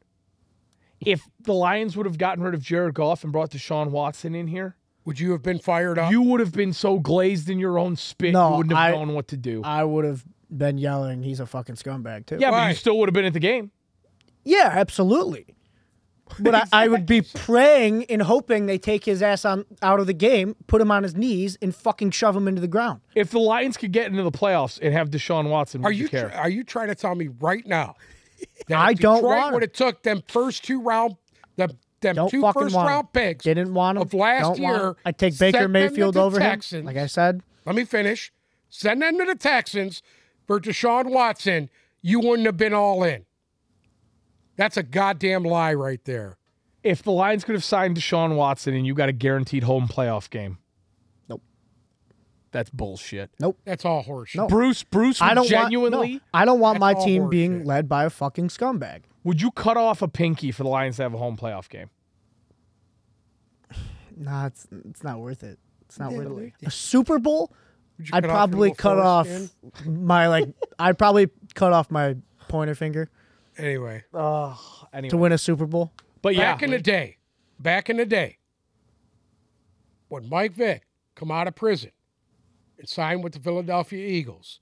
C: If the Lions would have gotten rid of Jared Goff and brought Deshaun Watson in here,
A: Would you have been fired up?
C: you would have been so glazed in your own spit,
B: No,
C: you wouldn't have
B: I-
C: known what to do.
B: I would have been yelling, "He's a fucking scumbag too."
C: yeah, but
A: why?
C: you still would have been at the game.
B: yeah, absolutely. But I, I would be praying and hoping they take his ass on out of the game, put him on his knees, and fucking shove him into the ground.
C: If the Lions could get into the playoffs and have Deshaun Watson, would
A: are you
C: care?
A: tr- are you trying to tell me right now that
B: I
A: if
B: don't
A: Detroit
B: want him.
A: would have took them first two round them them
B: Don't
A: two
B: fucking
A: first
B: want him.
A: round picks
B: Didn't want him.
A: of last
B: Don't want him.
A: year,
B: I take
A: sent
B: Baker
A: them to
B: Mayfield
A: the
B: over
A: Texans.
B: him. Like I said,
A: Let me finish. Send them to the Texans for Deshaun Watson. You wouldn't have been all in. That's a goddamn lie right there.
C: If the Lions could have signed Deshaun Watson and you got a guaranteed home playoff game,
B: Nope.
C: that's bullshit.
A: That's all horseshit.
B: No.
C: Bruce, Bruce,
B: I don't want.
C: genuinely,
B: no, I don't want
A: That's
B: my
A: all
B: team
A: horseshit.
B: being led by a fucking scumbag.
C: would you cut off a pinky for the Lions to have a home playoff game?
B: Nah, it's it's not worth it. It's not worth it. A Super Bowl,
A: Would you
B: I'd
A: cut off your
B: probably
A: little
B: cut off
A: foreskin?
B: my like. I'd probably cut off my pointer finger
A: Anyway,
C: Anyway,
B: to win a Super Bowl.
C: but yeah,
A: back in the day, back in the day, when Mike Vick come out of prison and signed with the Philadelphia Eagles,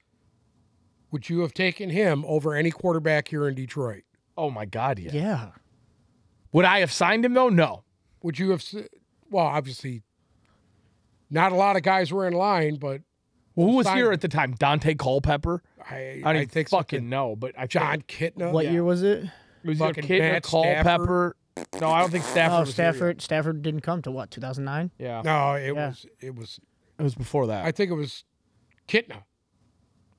A: would you have taken him over any quarterback here in Detroit?
C: oh my god, yeah.
B: Yeah.
C: Would I have signed him though? No.
A: Would you have? s- Well, obviously, not a lot of guys were in line, but
C: Well, who was
A: Signed
C: here
A: him.
C: at the time? Dante Culpepper.
A: I,
C: I don't even
A: think so.
C: fucking know, but I think
A: John Kitna.
B: What
C: Yeah.
B: year was it?
C: it was either
A: fucking
C: Kitna,
A: Matt
C: Culpepper. No, I don't think Stafford.
B: Oh,
C: was here yet.
B: Stafford. Stafford didn't come to what 2009.
C: Yeah,
A: No, it
B: Yeah.
A: was. It was.
C: it was before that.
A: I think it was Kitna.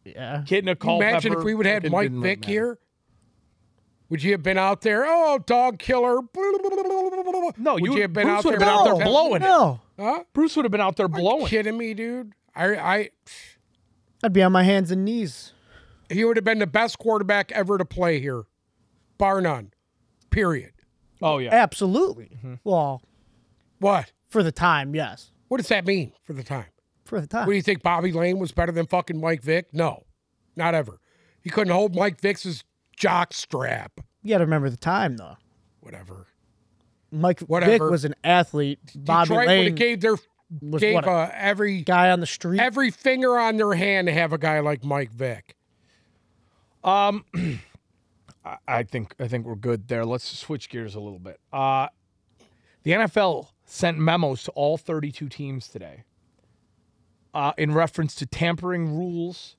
B: Yeah.
C: Kitna
A: Can you
C: Culpepper.
A: imagine if we would have had
C: fucking
A: Mike
C: didn't really
A: Vick
C: matter.
A: here. Would you have been out there? Oh, dog killer! blah, blah, blah, blah, blah, blah, blah.
C: No,
A: would
C: you-
A: you have been
C: Bruce
A: out there?
C: would've been out there
A: protesting?
C: blowing. it.
B: No,
A: Huh?
C: Bruce would have been out there blowing.
A: Kidding me, dude? I, I,
B: I'd be on my hands and knees.
A: he would have been the best quarterback ever to play here, bar none. Period.
C: Oh yeah,
B: Absolutely.
A: Mm-hmm.
B: Well,
A: What?
B: for the time, yes.
A: What does that mean for the time?
B: For the time.
A: What do you think? Bobby Lane was better than fucking Mike Vick? No, not ever. He couldn't hold Mike Vick's jock strap.
B: You got to remember the time, though.
A: Whatever.
B: Mike Vick
A: Whatever.
B: was an athlete. Bobby
A: Detroit would
B: Lane,
A: have gave their
B: was
A: gave
B: what a-
A: uh, every
B: guy on the street.
A: every finger on their hand to have a guy like Mike Vick.
C: I- I think I think we're good there. Let's switch gears a little bit. Uh, the NFL sent memos to all 32 teams today uh, in reference to tampering rules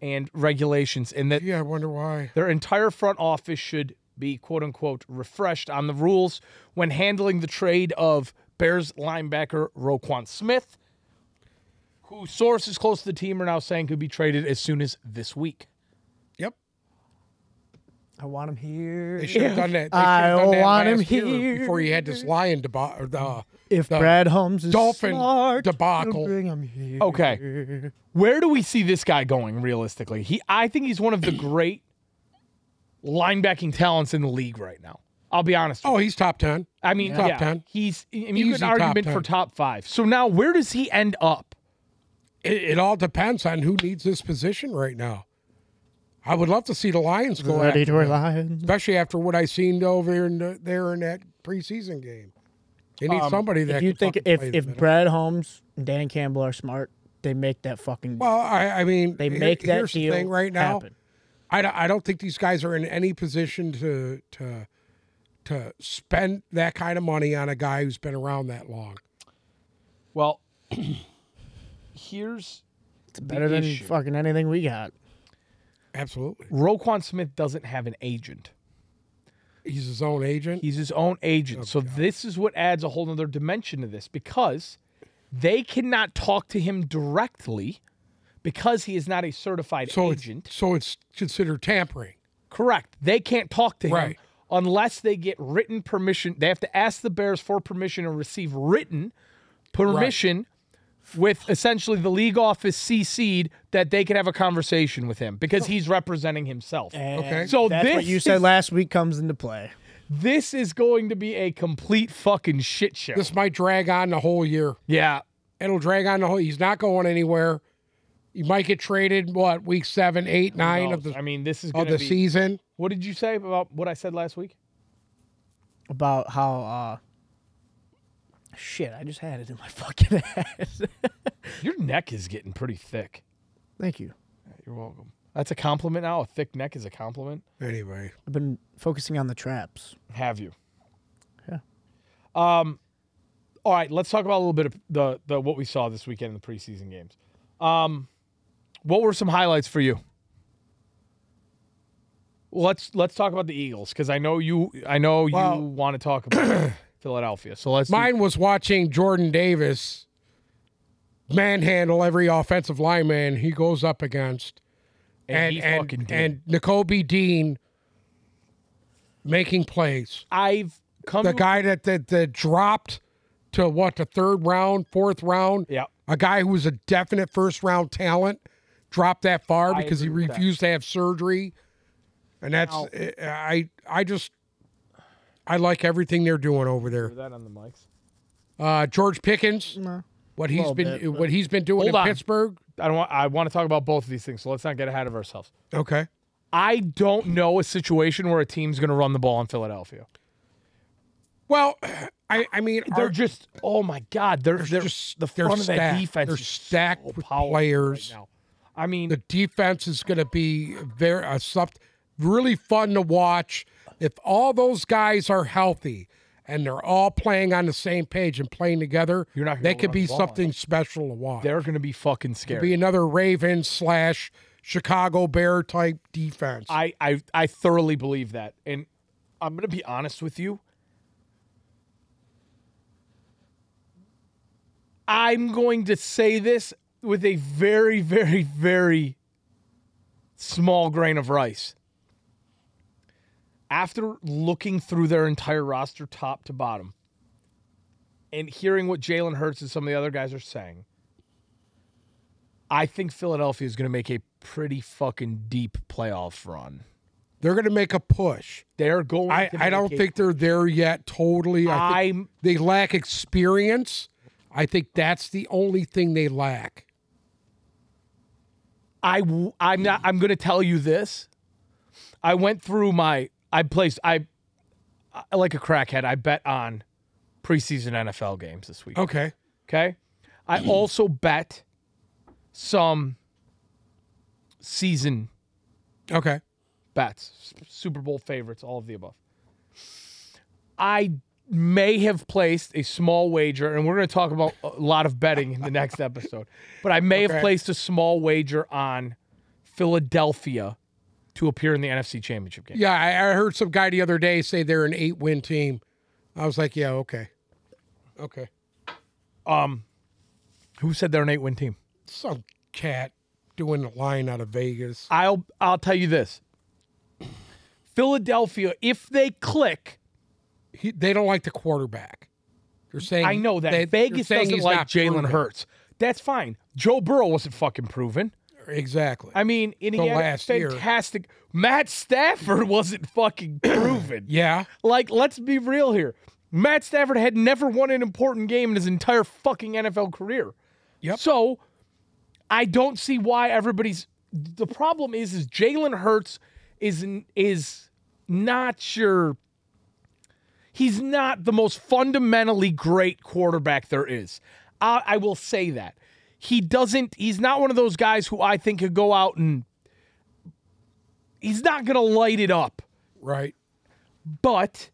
C: and regulations, and that
A: Yeah, I wonder why.
C: their entire front office should be quote unquote refreshed on the rules when handling the trade of Bears linebacker Roquan Smith, who sources close to the team are now saying could be traded as soon as this week.
A: Yep,
B: I want him here.
A: they should have done that. They
B: I
A: should've done that
B: want him
A: last year
B: here.
A: before you had this lion debacle. Uh,
B: If
A: the
B: Brad Holmes is
A: dolphin
B: smart, he'll
A: debacle. Oh,
B: bring him here.
C: Okay. Where do we see this guy going realistically? He I think he's one of the great linebacking talents in the league right now. I'll be honest. with
A: oh, he's top ten.
C: you. I mean,
A: Top
C: yeah,
A: 10.
C: he's I mean, you get
A: Easy
C: an
A: top
C: argument
A: 10.
C: for top 5. So now where does he end up?
A: It, it all depends on who needs this position right now. I would love to see the Lions go after
B: Ready to
A: him,
B: rely.
A: especially after what I seen over there in the, there in that preseason game. They need somebody that
B: Do you
A: can
B: think
A: fucking
B: Um, if
A: play the
B: if
A: middle.
B: Brad Holmes and Dan Campbell are smart, they make that fucking
A: Well, I, I mean,
B: they
A: here-
B: make that
A: here's the
B: deal
A: thing right now.
B: happen.
A: I, don't- I don't think these guys are in any position to to to spend that kind of money on a guy who's been around that long.
C: Well, here's
B: It's better than
C: issue.
B: fucking anything we got.
A: Absolutely,
C: Roquan Smith doesn't have an agent.
A: he's his own agent.
C: He's his own agent.
A: Oh,
C: so this is what adds a whole nother dimension to this because they cannot talk to him directly because he is not a certified
A: so
C: agent.
A: it's so it's considered tampering.
C: Correct. They can't talk to him
A: Right.
C: unless they get written permission. They have to ask the Bears for permission and receive written permission with essentially the league office CC'd that they can have a conversation with him because he's representing himself.
A: Okay.
C: So
B: That's
C: this
B: what you
C: is-
B: said last week comes into play.
C: this is going to be a complete fucking shit show.
A: This might drag on the whole year.
C: yeah.
A: It'll drag on the whole. He's not going anywhere. He might get traded. What week seven, eight, nine of the
C: I mean, this is
A: of
C: going to
A: the
C: be.
A: season?
C: What did you say about what I said last week?
B: about how uh shit i just had it in my fucking ass
C: Your neck is getting pretty thick.
B: thank you
C: You're welcome. That's a compliment now. A thick neck is a compliment.
A: Anyway,
B: i've been focusing on the traps
C: Have you?
B: Yeah.
C: Um. All right. Let's talk about a little bit of the the what we saw this weekend in the preseason games. Um, what were some highlights for you? Let's let's talk about the Eagles because I know you I know
A: Well-
C: you want to talk about Philadelphia. So let's do-
A: mine was watching Jordan Davis manhandle every offensive lineman he goes up against.
C: and,
A: and
C: he
A: and,
C: fucking did.
A: and N'Kobe Dean making plays.
C: I've come
A: The
C: to-
A: guy that that, that dropped to what the third round, fourth round.
C: Yeah.
A: A guy who was a definite first round talent dropped that far
C: I
A: because he
C: agree with that.
A: refused to have surgery. And that's eh, I I just I like everything they're doing over there.
C: that on the mics.
A: Uh, George Pickens,
B: No.
A: what he's
B: Little
A: been
B: bit, but-
A: what he's been doing
C: Hold
A: in
C: on.
A: Pittsburgh.
C: I don't want I want to talk about both of these things, so let's not get ahead of ourselves.
A: Okay.
C: I don't know a situation where a team's going to run the ball in Philadelphia.
A: Well, I I mean
C: They're
A: our-
C: just oh my god, they're they're
A: just-
C: the
A: they're
C: front of that
A: stacked.
C: defense
A: They're
C: is
A: stacked
C: so
A: with
C: powerful
A: players.
C: Right now. I mean,
A: the defense is going to be very uh, soft, really fun to watch. If all those guys are healthy and they're all playing on the same page and playing together,
C: You're not gonna
A: they could
C: run
A: be
C: the ball on
A: something special to watch.
C: they're going to be fucking scary.
A: Be another Ravens slash Chicago Bear type defense.
C: I, I I thoroughly believe that, and I'm going to be honest with you. I'm going to say this with a very, very, very small grain of rice. After looking through their entire roster, top to bottom, and hearing what Jalen Hurts and some of the other guys are saying, I think Philadelphia is going to make a pretty fucking deep playoff run.
A: they're going to make a push.
C: They're going.
A: I,
C: to
A: I don't
C: make a-
A: think they're there yet totally. I think
C: I'm.
A: they lack experience. I think that's the only thing they lack.
C: I. w- I'm not. I'm going to tell you this. I went through my. I placed. I. I- like a crackhead, I bet on preseason NFL games this week.
A: Okay.
C: Okay. I also bet some season
A: Okay.
C: bets, S- Super Bowl favorites, all of the above. I may have placed a small wager, and we're going to talk about a lot of betting in the next episode, but I may
A: Okay.
C: have placed a small wager on Philadelphia to appear in the NFC Championship game.
A: Yeah, I, I heard some guy the other day say they're an eight win team. I was like, yeah, okay. Okay.
C: Who said they're an eight win team?
A: Some cat doing a line out of Vegas.
C: I'll I'll tell you this. Philadelphia, if they click,
A: He, they don't like the quarterback. They're saying
C: I know that
A: they- they're
C: Mm. Vegas
A: saying
C: doesn't
A: he's
C: like
A: not
C: Jalen
A: proven.
C: Hurts. That's fine. Joe Burrow wasn't fucking proven.
A: Exactly.
C: I mean, Indiana
A: last year.
C: fantastic. Matt Stafford wasn't fucking proven.
A: yeah.
C: Like, let's be real here. Matt Stafford had never won an important game in his entire fucking NFL career.
A: Yep.
C: So I don't see why everybody's the problem is is Jalen Hurts is is not your he's not the most fundamentally great quarterback there is. I, I will say that. He doesn't he's not one of those guys who I think could go out and he's not gonna light it up
A: Right.
C: but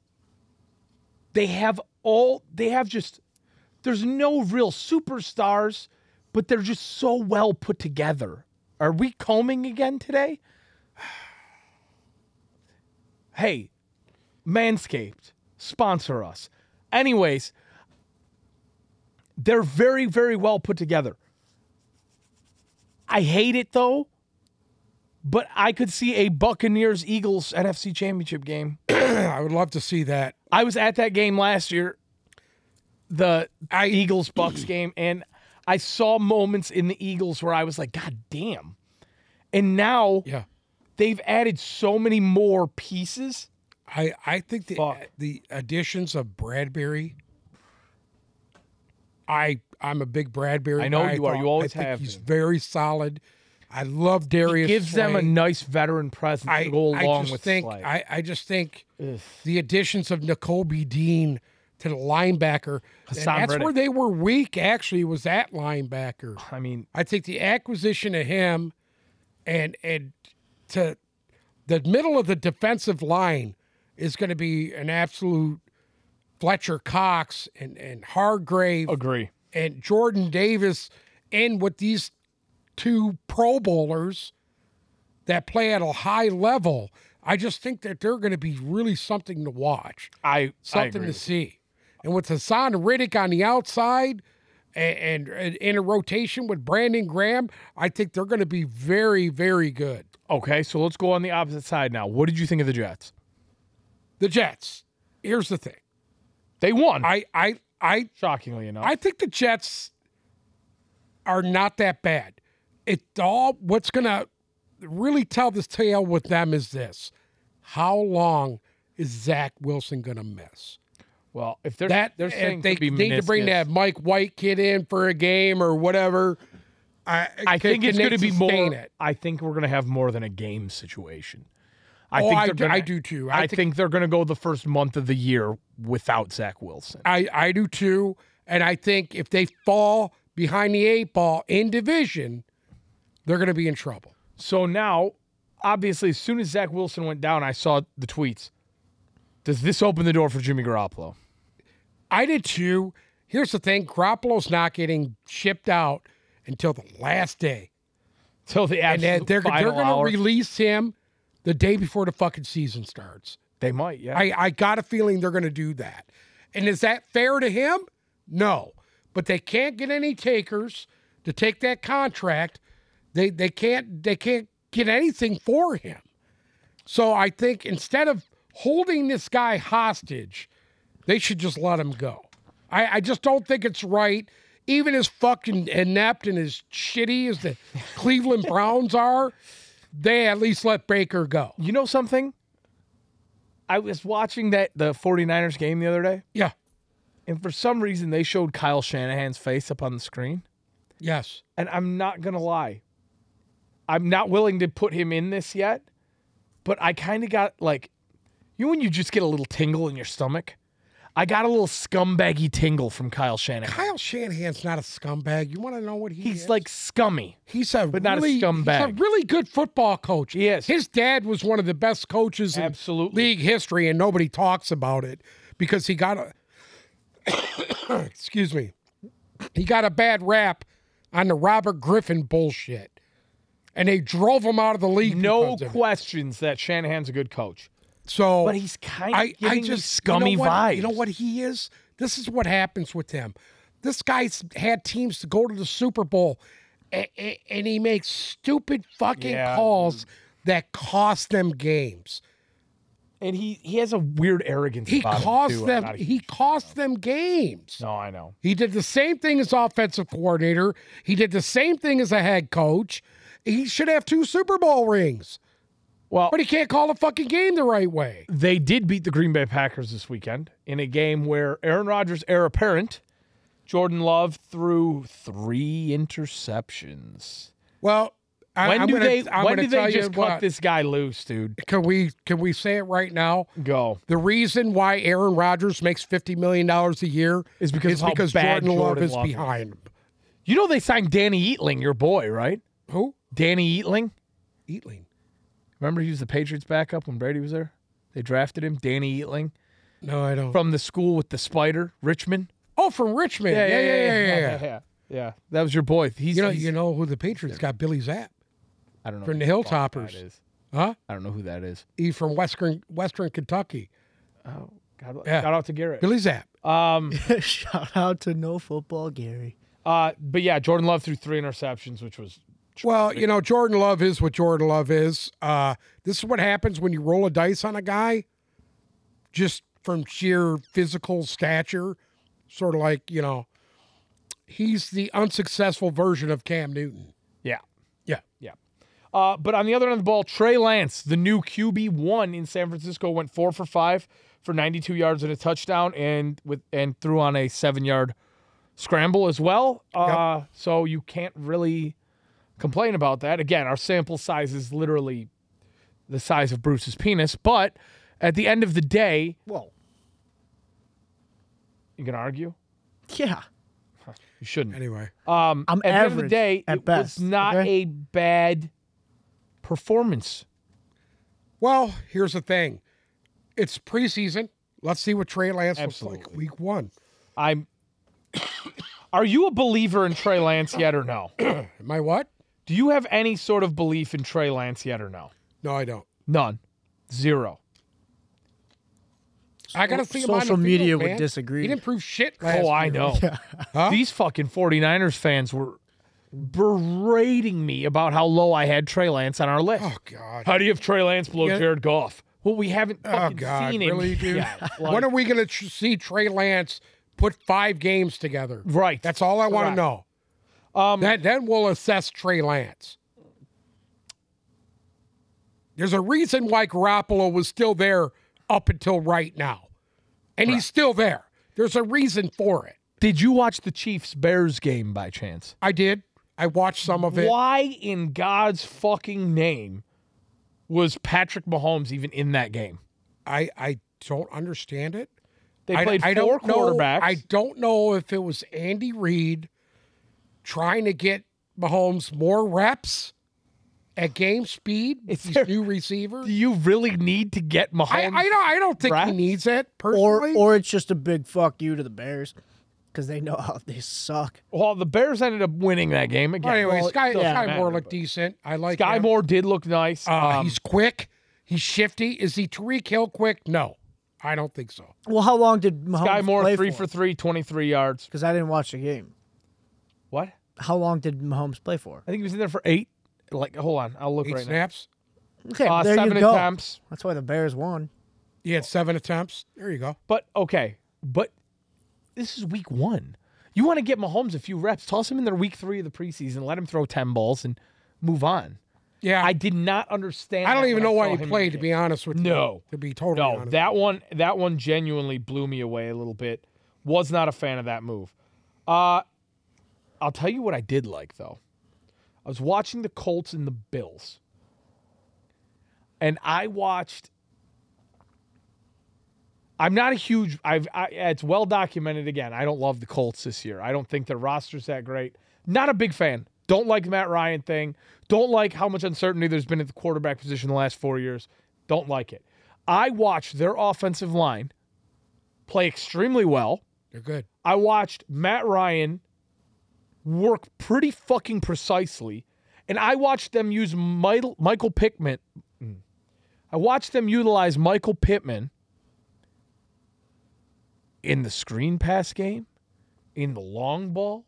C: they have all they have just there's no real superstars but they're just so well put together are we combing again today hey manscaped sponsor us anyways they're very very well put together i hate it though but i could see a buccaneers eagles nfc championship game
A: I would love to see that.
C: I was at that game last year, the
A: I-
C: Eagles Bucks game, and I saw moments in the Eagles where I was like, God damn. And now
A: Yeah.
C: they've added so many more pieces.
A: I, I think the
C: Fuck.
A: the additions of Bradbury. I I'm a big Bradbury.
C: I know
A: guy.
C: you are. You
A: thought-
C: always
A: I think
C: have
A: He's
C: been.
A: very solid. I love Darius.
C: Gives them a
A: Slay.
C: nice veteran presence
A: I,
C: to go
A: I
C: along
A: just
C: with
A: think
C: Slay.
A: I, I just think
C: Ugh.
A: the additions of Nicole B. Dean to the linebacker. and
C: Hassan
A: that's
C: Reddick.
A: where they were weak. Actually, was that linebacker?
C: I mean,
A: I think the acquisition of him and and to the middle of the defensive line is going to be an absolute Fletcher Cox and and Hargrave
C: agree.
A: and Jordan Davis and with these two pro bowlers that play at a high level. I just think that they're going to be really something to watch
C: I
A: something to see. And with Hassan Riddick on the outside and, and, and in a rotation with Brandon Graham, I think they're going to be very, very good.
C: Okay, so let's go on the opposite side now. What did you think of the Jets?
A: The Jets. Here's the thing.
C: They won,
A: I I I
C: shockingly enough.
A: I think the Jets are not that bad. It all what's going to really tell this tale with them is this: how long is Zach Wilson going to miss?
C: well, if they're
A: that
C: they're
A: if
C: saying
A: they
C: could be
A: need to bring
C: meniscus.
A: that Mike White kid in for a game or whatever. I,
C: I think it's going to be more.
A: It?
C: I think we're going to have more than a game situation. I
A: oh,
C: think
A: I,
C: they're
A: do,
C: gonna,
A: I do too.
C: I, think, they're going to go the first month of the year without Zach Wilson.
A: I, I do too. And I think if they fall behind the eight ball in division, they're going to be in trouble.
C: So now, obviously, as soon as Zach Wilson went down, I saw the tweets. Does this open the door for Jimmy Garoppolo?
A: I did too. Here's the thing: Garoppolo's not getting shipped out until the last day,
C: Till the
A: and
C: absolute
A: then they're they're
C: final
A: going to
C: hour.
A: release him the day before the fucking season starts.
C: they might, yeah.
A: I, I got a feeling they're going to do that. And is that fair to him? No. But they can't get any takers to take that contract. They they can't they can't get anything for him. So I think instead of holding this guy hostage, they should just let him go. I, I just don't think it's right. Even as fucking inept and as shitty as the Cleveland Browns are, they at least let Baker go.
C: you know something? I was watching that the 49ers game the other day,
A: Yeah.
C: and for some reason they showed Kyle Shanahan's face up on the screen.
A: Yes.
C: and I'm not gonna lie, I'm not willing to put him in this yet, but I kind of got like, You know when you just get a little tingle in your stomach? I got a little scumbaggy tingle from Kyle Shanahan.
A: Kyle Shanahan's not a scumbag. You want to know what he
C: He's
A: is?
C: like scummy.
A: he's a
C: but not a
A: really, He's
C: scumbag.
A: a really good football coach.
C: He is.
A: His dad was one of the best coaches in
C: Absolutely.
A: league history, and nobody talks about it because he got a excuse me, he got a bad rap on the Robert Griffin bullshit, and they drove him out of the league.
C: No
A: because of it.
C: questions that Shanahan's a good coach.
A: So,
C: But he's kind of
A: I,
C: giving
A: I
C: me
A: just
C: scummy
A: you know what-
C: vibes.
A: You know what he is? This is what happens with him. This guy's had teams to go to the Super Bowl, a- a- and, he makes stupid fucking
C: Yeah.
A: calls that cost them games.
C: And he he has a weird arrogance.
A: He
C: about him,
A: cost
C: too. I'm
A: them.
C: not a-
A: He cost them games.
C: no, I know.
A: He did the same thing as offensive coordinator. He did the same thing as a head coach. He should have two Super Bowl rings,
C: Well,
A: but he can't call a fucking game the right way.
C: they did beat the Green Bay Packers this weekend in a game where Aaron Rodgers' heir apparent, Jordan Love, threw three interceptions.
A: Well, I,
C: When
A: I'm
C: do
A: gonna,
C: they?
A: I'm
C: when
A: gonna
C: do they
A: tell you
C: just cut
A: what.
C: this guy loose, dude?
A: can we can we say it right now?
C: Go
A: The reason why Aaron Rodgers makes fifty million dollars a year
C: is because
A: is
C: of how
A: because
C: bad
A: Jordan, Love is
C: Love
A: behind him.
C: You know they signed Danny Eatling, your boy, right?
A: Who?
C: Danny Eatling.
A: Eatling.
C: Remember he was the Patriots backup when Brady was there. They drafted him, Danny Eatling,
A: No, I don't.
C: from the school with the spider, Richmond.
A: oh, from Richmond. Yeah, yeah, yeah, yeah. yeah.
C: yeah. Yeah, that was your boy. He's,
A: You know,
C: he's-
A: you know who the Patriots got? Billy Zapp,
C: I don't know
A: from
C: who
A: the
C: fuck that
A: Hilltoppers.
C: is.
A: huh?
C: I don't know who that is.
A: He from Western Western Kentucky.
C: Oh, God,
A: Yeah.
C: shout out to Garrett.
A: Billy Zapp.
C: Um,
B: Shout out to No Football Gary.
C: uh, but yeah, Jordan Love threw three interceptions, which was
A: Well, you know, Jordan Love is what Jordan Love is. Uh, this is what happens when you roll a dice on a guy just from sheer physical stature, sort of like, you know, he's the unsuccessful version of Cam Newton.
C: yeah,
A: Yeah.
C: yeah. Uh, but on the other end of the ball, Trey Lance, the new QB one in San Francisco, went four for five for 92 yards and a touchdown, and with and threw on a seven yard scramble as well. Uh, So you can't really complain about that. Again, our sample size is literally the size of Bruce's penis, but at the end of the day,
B: Whoa.
C: you can argue.
B: Yeah.
C: You shouldn't.
A: Anyway,
C: Um,
B: I'm
C: at the end of the
B: average
C: day,
B: at
C: it
B: best,
C: was not
B: okay?
C: a bad performance.
A: well, here's the thing it's preseason. Let's see what Trey Lance looks like
C: Absolutely.
A: week one.
C: I'm. Are you a believer in Trey Lance yet or no?
A: Am I what?
C: Do you have any sort of belief in Trey Lance yet or no?
A: No, I don't.
C: None. Zero.
A: I got to see him on the
B: Social
A: field,
B: media would
A: man.
B: disagree.
A: He didn't prove shit last
C: Oh, I
A: year.
C: know.
A: Huh?
C: These fucking 49ers fans were berating me about how low I had Trey Lance on our list.
A: Oh, God.
C: How do you have Trey Lance below Jared Goff? Well, we haven't fucking
A: Oh, God,
C: seen him.
A: really, dude?
C: yet. Like-
A: when are we going to tr- see Trey Lance put five games together?
C: right.
A: That's all I want to
C: Correct.
A: know.
C: Um,
A: Then, then we'll assess Trey Lance. There's a reason why Garoppolo was still there up until right now, and he's still there. There's a reason for it.
C: Did you watch the Chiefs Bears game by chance?
A: I did. I watched some of it.
C: Why in God's fucking name was Patrick Mahomes even in that game?
A: I I don't understand it.
C: They
A: I-
C: played
A: I
C: four
A: don't know-
C: quarterbacks.
A: I don't know if it was Andy Reid trying to get Mahomes more reps at game speed with
C: Is
A: these
C: there-
A: new receiver.
C: Do you really need to get Mahomes?
A: I, I don't I don't think
C: reps?
A: he needs it
B: Or
A: personally.
B: or it's just a big fuck you to the Bears because they know how they suck.
C: well, the Bears ended up winning that game again.
A: but anyway,
C: Well,
A: Sky
C: doesn't
A: Sky
C: matter,
A: Moore looked
C: but-
A: decent. I like
C: Sky
A: him.
C: Moore did look nice.
A: Uh,
C: Um,
A: he's quick. He's shifty. Is he Tariq Hill quick? No, I don't think so.
B: Well, how long did Mahomes
C: Sky Moore,
B: play
C: three for three, 23 yards.
B: Because I didn't watch the game.
C: What?
B: How long did Mahomes play for?
C: I think he was in there for eight. Like, hold on. I'll look
A: Eight
C: right
A: snaps.
B: Okay,
C: now. Uh,
B: there
C: seven
B: you go.
C: attempts.
B: That's why the Bears won.
A: He had seven attempts. There you go.
C: But okay, but this is week one. You want to get Mahomes a few reps, toss him in there week three of the preseason, let him throw ten balls and move on.
A: Yeah,
C: I
A: I,
C: did not understand.
A: don't
C: that
A: even
C: when
A: know
C: saw
A: why
C: him
A: he
C: in
A: played. To
C: the game.
A: be honest with you,
C: No.
A: to be totally
C: No,
A: honest.
C: that one that one genuinely blew me away a little bit. Was not a fan of that move. Uh I'll tell you what I did like though. I was watching the Colts and the Bills. And I watched I'm not a huge. I've. I, it's well documented. Again, I don't love the Colts this year. I don't think their roster's that great. Not a big fan. Don't like the Matt Ryan thing. Don't like how much uncertainty there's been at the quarterback position the last four years. Don't like it. I watched their offensive line play extremely well.
A: They're good.
C: I watched Matt Ryan work pretty fucking precisely, and I watched them use Michael, Michael Pittman. mm. I watched them utilize Michael Pittman in the screen pass game, in the long ball,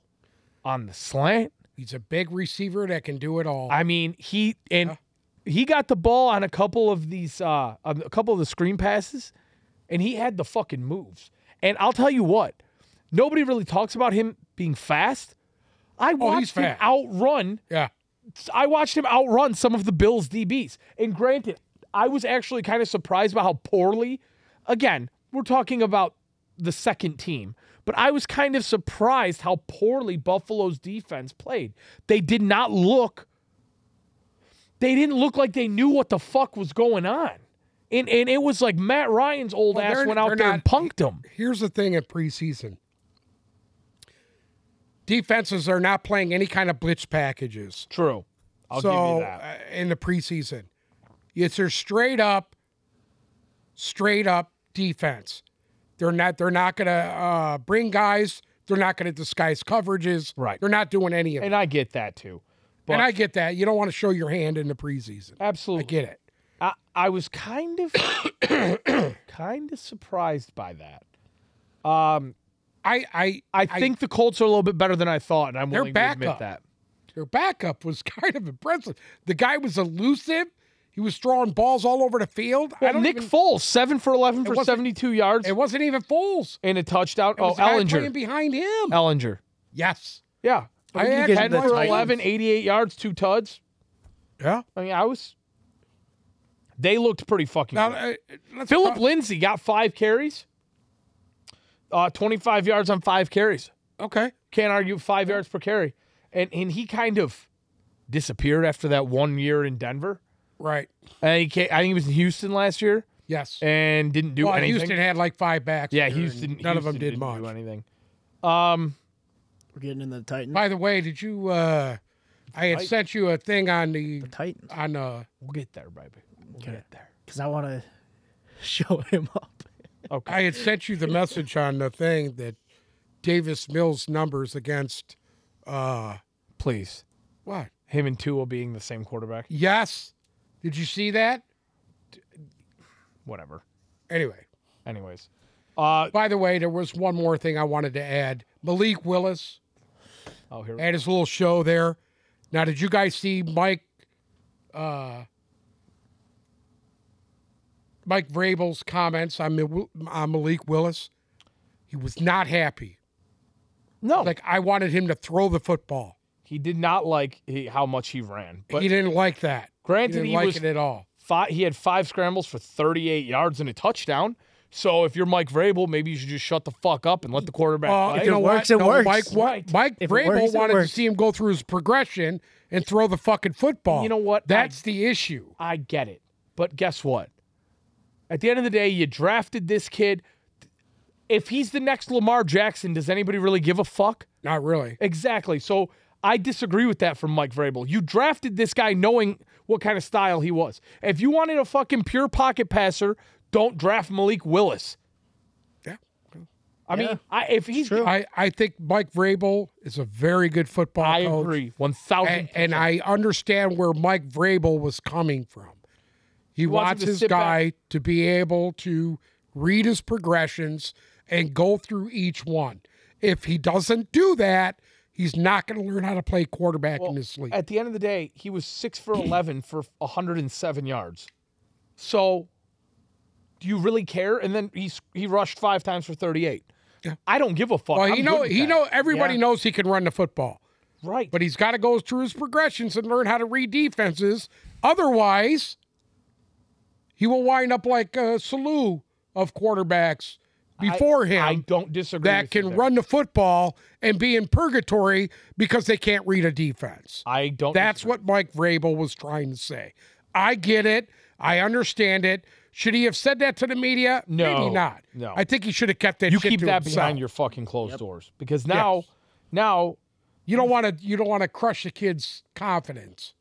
C: on the slant.
A: He's a big receiver that can do it all.
C: I mean, he and he got the ball on a couple of these, uh, on a couple of the screen passes, and he had the fucking moves. And I'll tell you what, nobody really talks about him being fast. I watched him
A: fast.
C: outrun.
A: yeah.
C: I watched him outrun some of the Bills DBs. And granted, I was actually kind of surprised by how poorly. Again, we're talking about the second team, but I was kind of surprised how poorly Buffalo's defense played. They did not look. They didn't look like they knew what the fuck was going on. And, and it was like Matt Ryan's old
A: Well,
C: ass
A: they're-
C: went out
A: they're
C: there and
A: not-
C: punked him.
A: Here's the thing at preseason defenses are not playing any kind of blitz packages.
C: True. I'll
A: so,
C: give you that.
A: uh, in the preseason, it's their straight up, straight up defense. They're not. They're not going to uh, bring guys. They're not going to disguise coverages.
C: Right.
A: They're not doing any of it.
C: And I get that too. But Oh.
A: And I get that. You don't want to show your hand in the preseason. I
C: absolutely.
A: get it.
C: I, I was kind of kind of surprised by that. Um,
A: I, I,
C: I think the Colts are a little bit better than I thought, and I'm
A: They're
C: willing to admit
A: backup.
C: that.
A: their backup was kind of impressive. The guy was elusive. He was throwing balls all over the field. I
C: Well,
A: don't
C: Nick
A: even-
C: Foles, seven for eleven for
A: wasn't-
C: seventy-two yards
A: it wasn't even Foles.
C: and a touchdown.
A: It
C: Oh,
A: was the guy
C: Ellinger,
A: playing behind him.
C: Ellinger,
A: yes.
C: yeah,
A: I
B: did you
A: actually
B: get
C: ten
B: the
C: for
A: watched-
C: 11, 88 yards, two tuds.
A: Yeah.
C: I mean, I was. They looked pretty fucking.
A: Now,
C: good.
A: uh, let's
C: Philip
A: talk-
C: Lindsay got five carries, uh, twenty-five yards on five carries.
A: okay.
C: can't argue five yards per carry. And and he kind of disappeared after that one year in Denver.
A: Right.
C: And he ca I think he was in Houston last year
A: Yes.
C: and didn't do
A: Well,
C: anything.
A: Houston had like five backs.
C: yeah,
A: there, and
C: Houston.
A: None of them
C: Houston
A: did
C: didn't
A: much.
C: do anything. Um,
B: We're getting into the Titans.
A: By the way, did you? uh I had
C: Titan-
A: sent you a thing on the
B: Titans,
A: on uh
C: we'll get there, baby. We'll get there.
B: because I want to show him up.
C: Okay.
A: I had sent you the message on the thing that Davis Mills numbers against uh
C: Please,
A: what?
C: him and Tua being the same quarterback.
A: Yes. Did you see that?
C: Whatever.
A: Anyway,
C: Anyways, uh,
A: by the way, there was one more thing I wanted to add. Malik Willis
C: oh here. we-
A: had his little show there. Now, did you guys see Mike uh Mike Vrabel's comments on, Mil- on Malik Willis? He was not happy.
C: No,
A: Like I wanted him to throw the football.
C: he did not like he, how much he ran. But
A: he didn't like that. He
C: granted,
A: didn't
C: he
A: like
C: was
A: it at all.
C: five, he had five scrambles for 38 yards and a touchdown. So if you're Mike Vrabel, maybe you should just shut the fuck up and let the quarterback
A: Well,
C: play.
A: you know what?
B: works, it
A: No,
B: works.
A: Mike, wa-
C: Right.
A: Mike
B: If it
A: Vrabel
B: works, it
A: wanted to
B: works.
A: see him go through his progression and throw the fucking football.
C: You know what?
A: That's the issue.
C: I get it. But guess what? At the end of the day, you drafted this kid. If he's the next Lamar Jackson, does anybody really give a fuck?
A: Not really.
C: Exactly. So I disagree with that from Mike Vrabel. You drafted this guy knowing what kind of style he was. If you wanted a fucking pure pocket passer, don't draft Malik Willis.
A: Yeah.
C: I mean, I, if he's
B: true.
A: I, I think Mike Vrabel is a very good football
C: I
A: coach.
C: agree, one thousand.
A: And, and I understand where Mike Vrabel was coming from. He,
C: wants him
A: wants
C: to
A: his
C: sit back.
A: guy to be able to read his progressions and go through each one. If he doesn't do that, he's not going to learn how to play quarterback in his sleep.
C: At the end of the day, he was six for eleven for hundred and seven yards. So, do you really care? And then he s- he rushed five times for thirty-eight. I don't give a fuck.
A: Well,
C: I'm
A: he
C: good
A: know
C: with
A: he
C: that.
A: know everybody
B: Yeah.
A: knows he can run the football,
C: right.
A: but he's got to go through his progressions and learn how to read defenses. Otherwise, he will wind up like a slew of quarterbacks before him
C: I don't disagree.
A: um, that
C: with you
A: can
C: there.
A: run the football and be in purgatory because they can't read a defense.
C: I don't.
A: That's what Mike Vrabel was trying to say. I get it. I understand it. Should he have said that to the media?
C: No.
A: Maybe not.
C: No.
A: I think he should have kept that
C: You
A: shit
C: keep
A: to
C: that
A: himself.
C: behind your fucking closed doors because now,
A: Yes.
C: now,
A: You don't want to you don't want to crush the kid's confidence.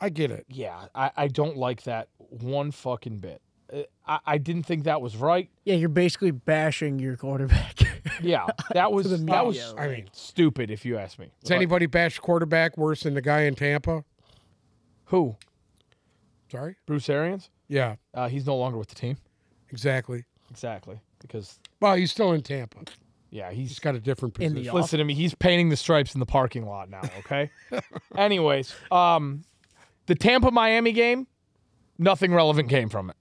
A: I get it.
C: yeah, I, I don't like that one fucking bit. Uh, I, I didn't think that was right.
B: Yeah, you're basically bashing your quarterback.
C: Yeah, that was that was
B: media,
A: I mean,
C: stupid if you ask me.
A: does anybody bash quarterback worse than the guy in Tampa?
C: Who?
A: Sorry?
C: Bruce Arians?
A: Yeah,
C: Uh, he's no longer with the team.
A: exactly.
C: Exactly. Because
A: Well, he's still in Tampa.
C: yeah,
A: He's
C: he's
A: got a different
B: In
A: position.
B: the
C: listen to me. He's painting the stripes in the parking lot now. Okay. Anyways, um, the Tampa Miami game, nothing relevant came from it.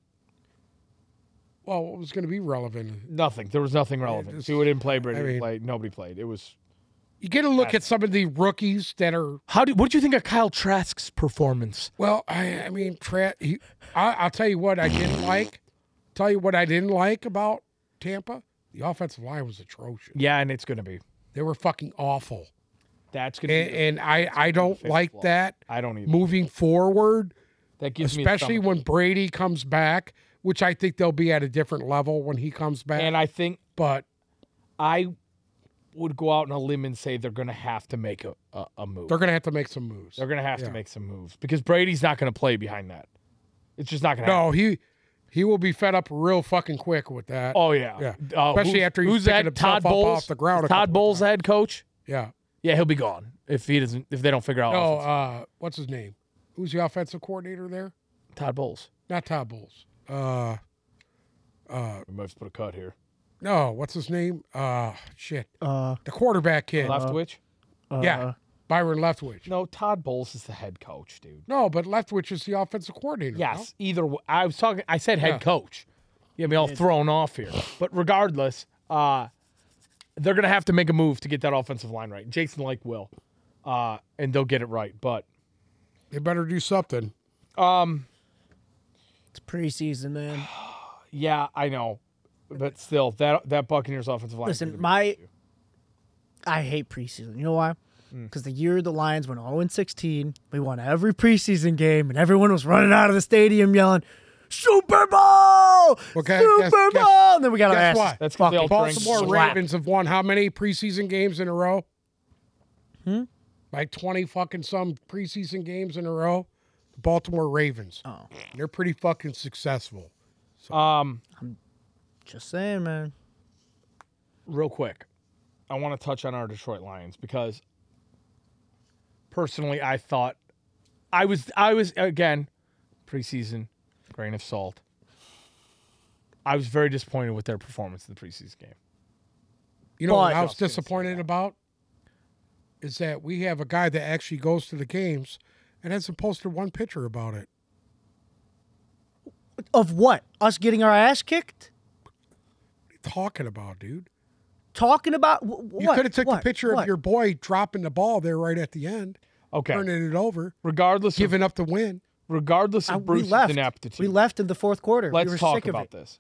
A: well, what was going to be relevant?
C: Nothing. There was nothing relevant.
A: just-
C: See, we didn't play. Brady
A: I mean-
C: played. Nobody played. It was.
A: You get a look at some of the rookies that are
C: How do? What did you think of Kyle Trask's performance?
A: Well, I, I mean, Tra- he, I, I'll tell you what I didn't like. Tell you what I didn't like about Tampa. The offensive line was atrocious.
C: Yeah, and it's gonna be.
A: They were fucking awful,
C: That's gonna.
A: and,
C: be,
A: and I, I don't like that
C: I don't even.
A: moving forward,
C: That gives me. a
A: especially
C: stomach
A: when Brady comes back, which I think they'll be at a different level when he comes
C: ache.
A: back.
C: And I think
A: but
C: I would go out on a limb and say they're gonna have to make a a, a move.
A: they're gonna have to make some moves.
C: They're gonna have
A: Yeah.
C: to make some moves because Brady's not gonna play behind that. It's just not gonna. happen.
A: No, he he will be fed up real fucking quick with that.
C: Oh yeah.
A: Yeah.
C: Uh,
A: Especially
C: who's-
A: after he's
C: who's
A: picking
C: that?
A: himself
C: Todd
A: up
C: Bowles
A: off the ground
C: Is
A: a
C: Todd
A: couple
C: Bowles the head coach.
A: Yeah.
C: Yeah, he'll be gone if he doesn't. If they don't figure out.
A: No.
C: offense.
A: Uh, what's his name? Who's the offensive coordinator there?
C: Todd Bowles.
A: not Todd Bowles. Uh,
C: We might have to put a cut here.
A: no, what's his name? Uh, shit,
B: uh,
A: the quarterback kid.
C: Leftwich.
B: uh,
A: yeah, Byron Leftwich. No.
C: No, Todd Bowles is the head coach, dude.
A: but Leftwich is the offensive coordinator. no?
C: Yes. Either way, I was talking. I said head
A: Yeah.
C: coach. You got me all thrown off here. But regardless, uh, they're gonna have to make a move to get that offensive line right. Jason Lake will, uh, and they'll get it right. But
A: they better do something.
C: um,
B: It's preseason, man.
C: yeah, I know. But still, that that Buccaneers offensive line. is
B: Listen,
C: gonna be-
B: my I hate preseason. You know why?
A: Hmm.
B: Because the year the Lions went 0 16, we won every preseason game, and everyone was running out of the stadium yelling, "Super Bowl!
A: Okay,
B: Super
A: guess-
B: Bowl!"
A: guess-
B: and then we got our
A: guess
B: asses
A: what?
C: That's 'cause they
B: fucking
C: all drank
A: Baltimore
C: slap.
A: Ravens have won how many preseason games in a row? Hmm.
B: Hmm?
A: Like twenty fucking some preseason games in a row. The Baltimore Ravens.
B: Oh.
A: They're pretty fucking successful.
C: um,
B: Just saying, man.
C: real quick, I want to touch on our Detroit Lions because personally, I thought I was I was again preseason grain of salt. I was very disappointed with their performance in the preseason game.
A: You know what
B: But-
A: I was
C: Just gonna say
A: disappointed about is that we have a guy that actually goes to the games and hasn't posted one picture about it.
B: Of what? Us getting our ass kicked?
A: talking about, dude?
B: Talking about wh- what?
A: You could have took
B: what?
A: a picture
B: What?
A: of your boy dropping the ball there right at the end,
C: Okay,
A: turning it over,
C: regardless of
A: giving up the win.
C: regardless
B: I-
C: of
B: we
C: Bruce's
B: left.
C: ineptitude,
B: We left in the fourth quarter.
C: Let's
B: we were
C: talk
B: sick of
C: about
B: it.
C: this.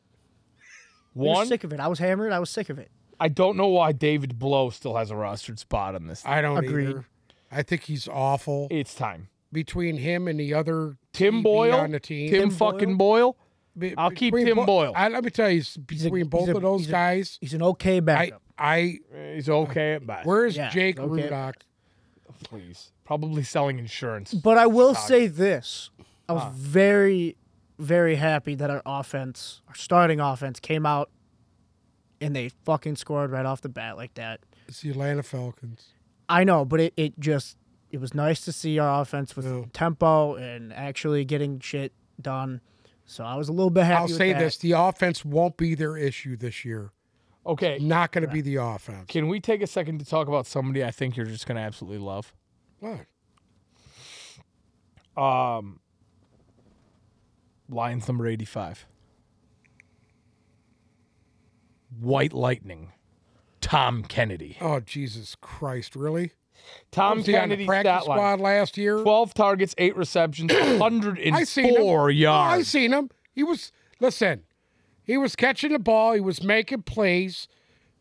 B: We were
C: One,
B: sick of it. I was hammered. I was sick of it.
C: I don't know why David Blow still has a rostered spot on this.
A: I don't
B: Agreed.
A: either. I think he's awful.
C: It's time.
A: Between him and the other
C: Tim
A: TB
C: Boyle,
A: on the team,
C: Tim,
B: Boyle?
C: fucking Boyle.
A: Be-
C: I'll keep
A: between
C: Tim
A: bo-
C: Boyle.
A: I, let me tell you,
B: a-
A: between both
B: he's a-
A: of those
B: he's a-
A: guys,
B: He's an okay
A: I,
B: backup.
A: I,
C: Eh, He's okay at best.
A: where's
B: Yeah,
A: Jake
B: okay.
A: Rudock?
C: please. Probably selling insurance.
B: But I will say this: I was very, very happy that our offense, our starting offense, came out and they fucking scored right off the bat like that.
A: It's the Atlanta Falcons.
B: I know, but it, it just it was nice to see our offense with tempo and actually getting shit done. So I was a little bit happy.
A: I'll
B: with
A: say
B: that.
A: this: the offense won't be their issue this year.
C: Okay,
A: Not going to be the offense.
C: can we take a second to talk about somebody I think you're just going to absolutely love?
A: What?
C: Um, Lions number 85. White Lightning. Tom Kennedy.
A: Oh Jesus Christ! Really?
C: Tom
A: Was he on the
C: Kennedy's
A: practice
C: stat line.
A: squad last year?
C: 12 targets, 8 receptions,
A: I seen
C: 104
A: him. Oh, I
C: yards.
A: seen him. He was listen. He was catching the ball. He was making plays.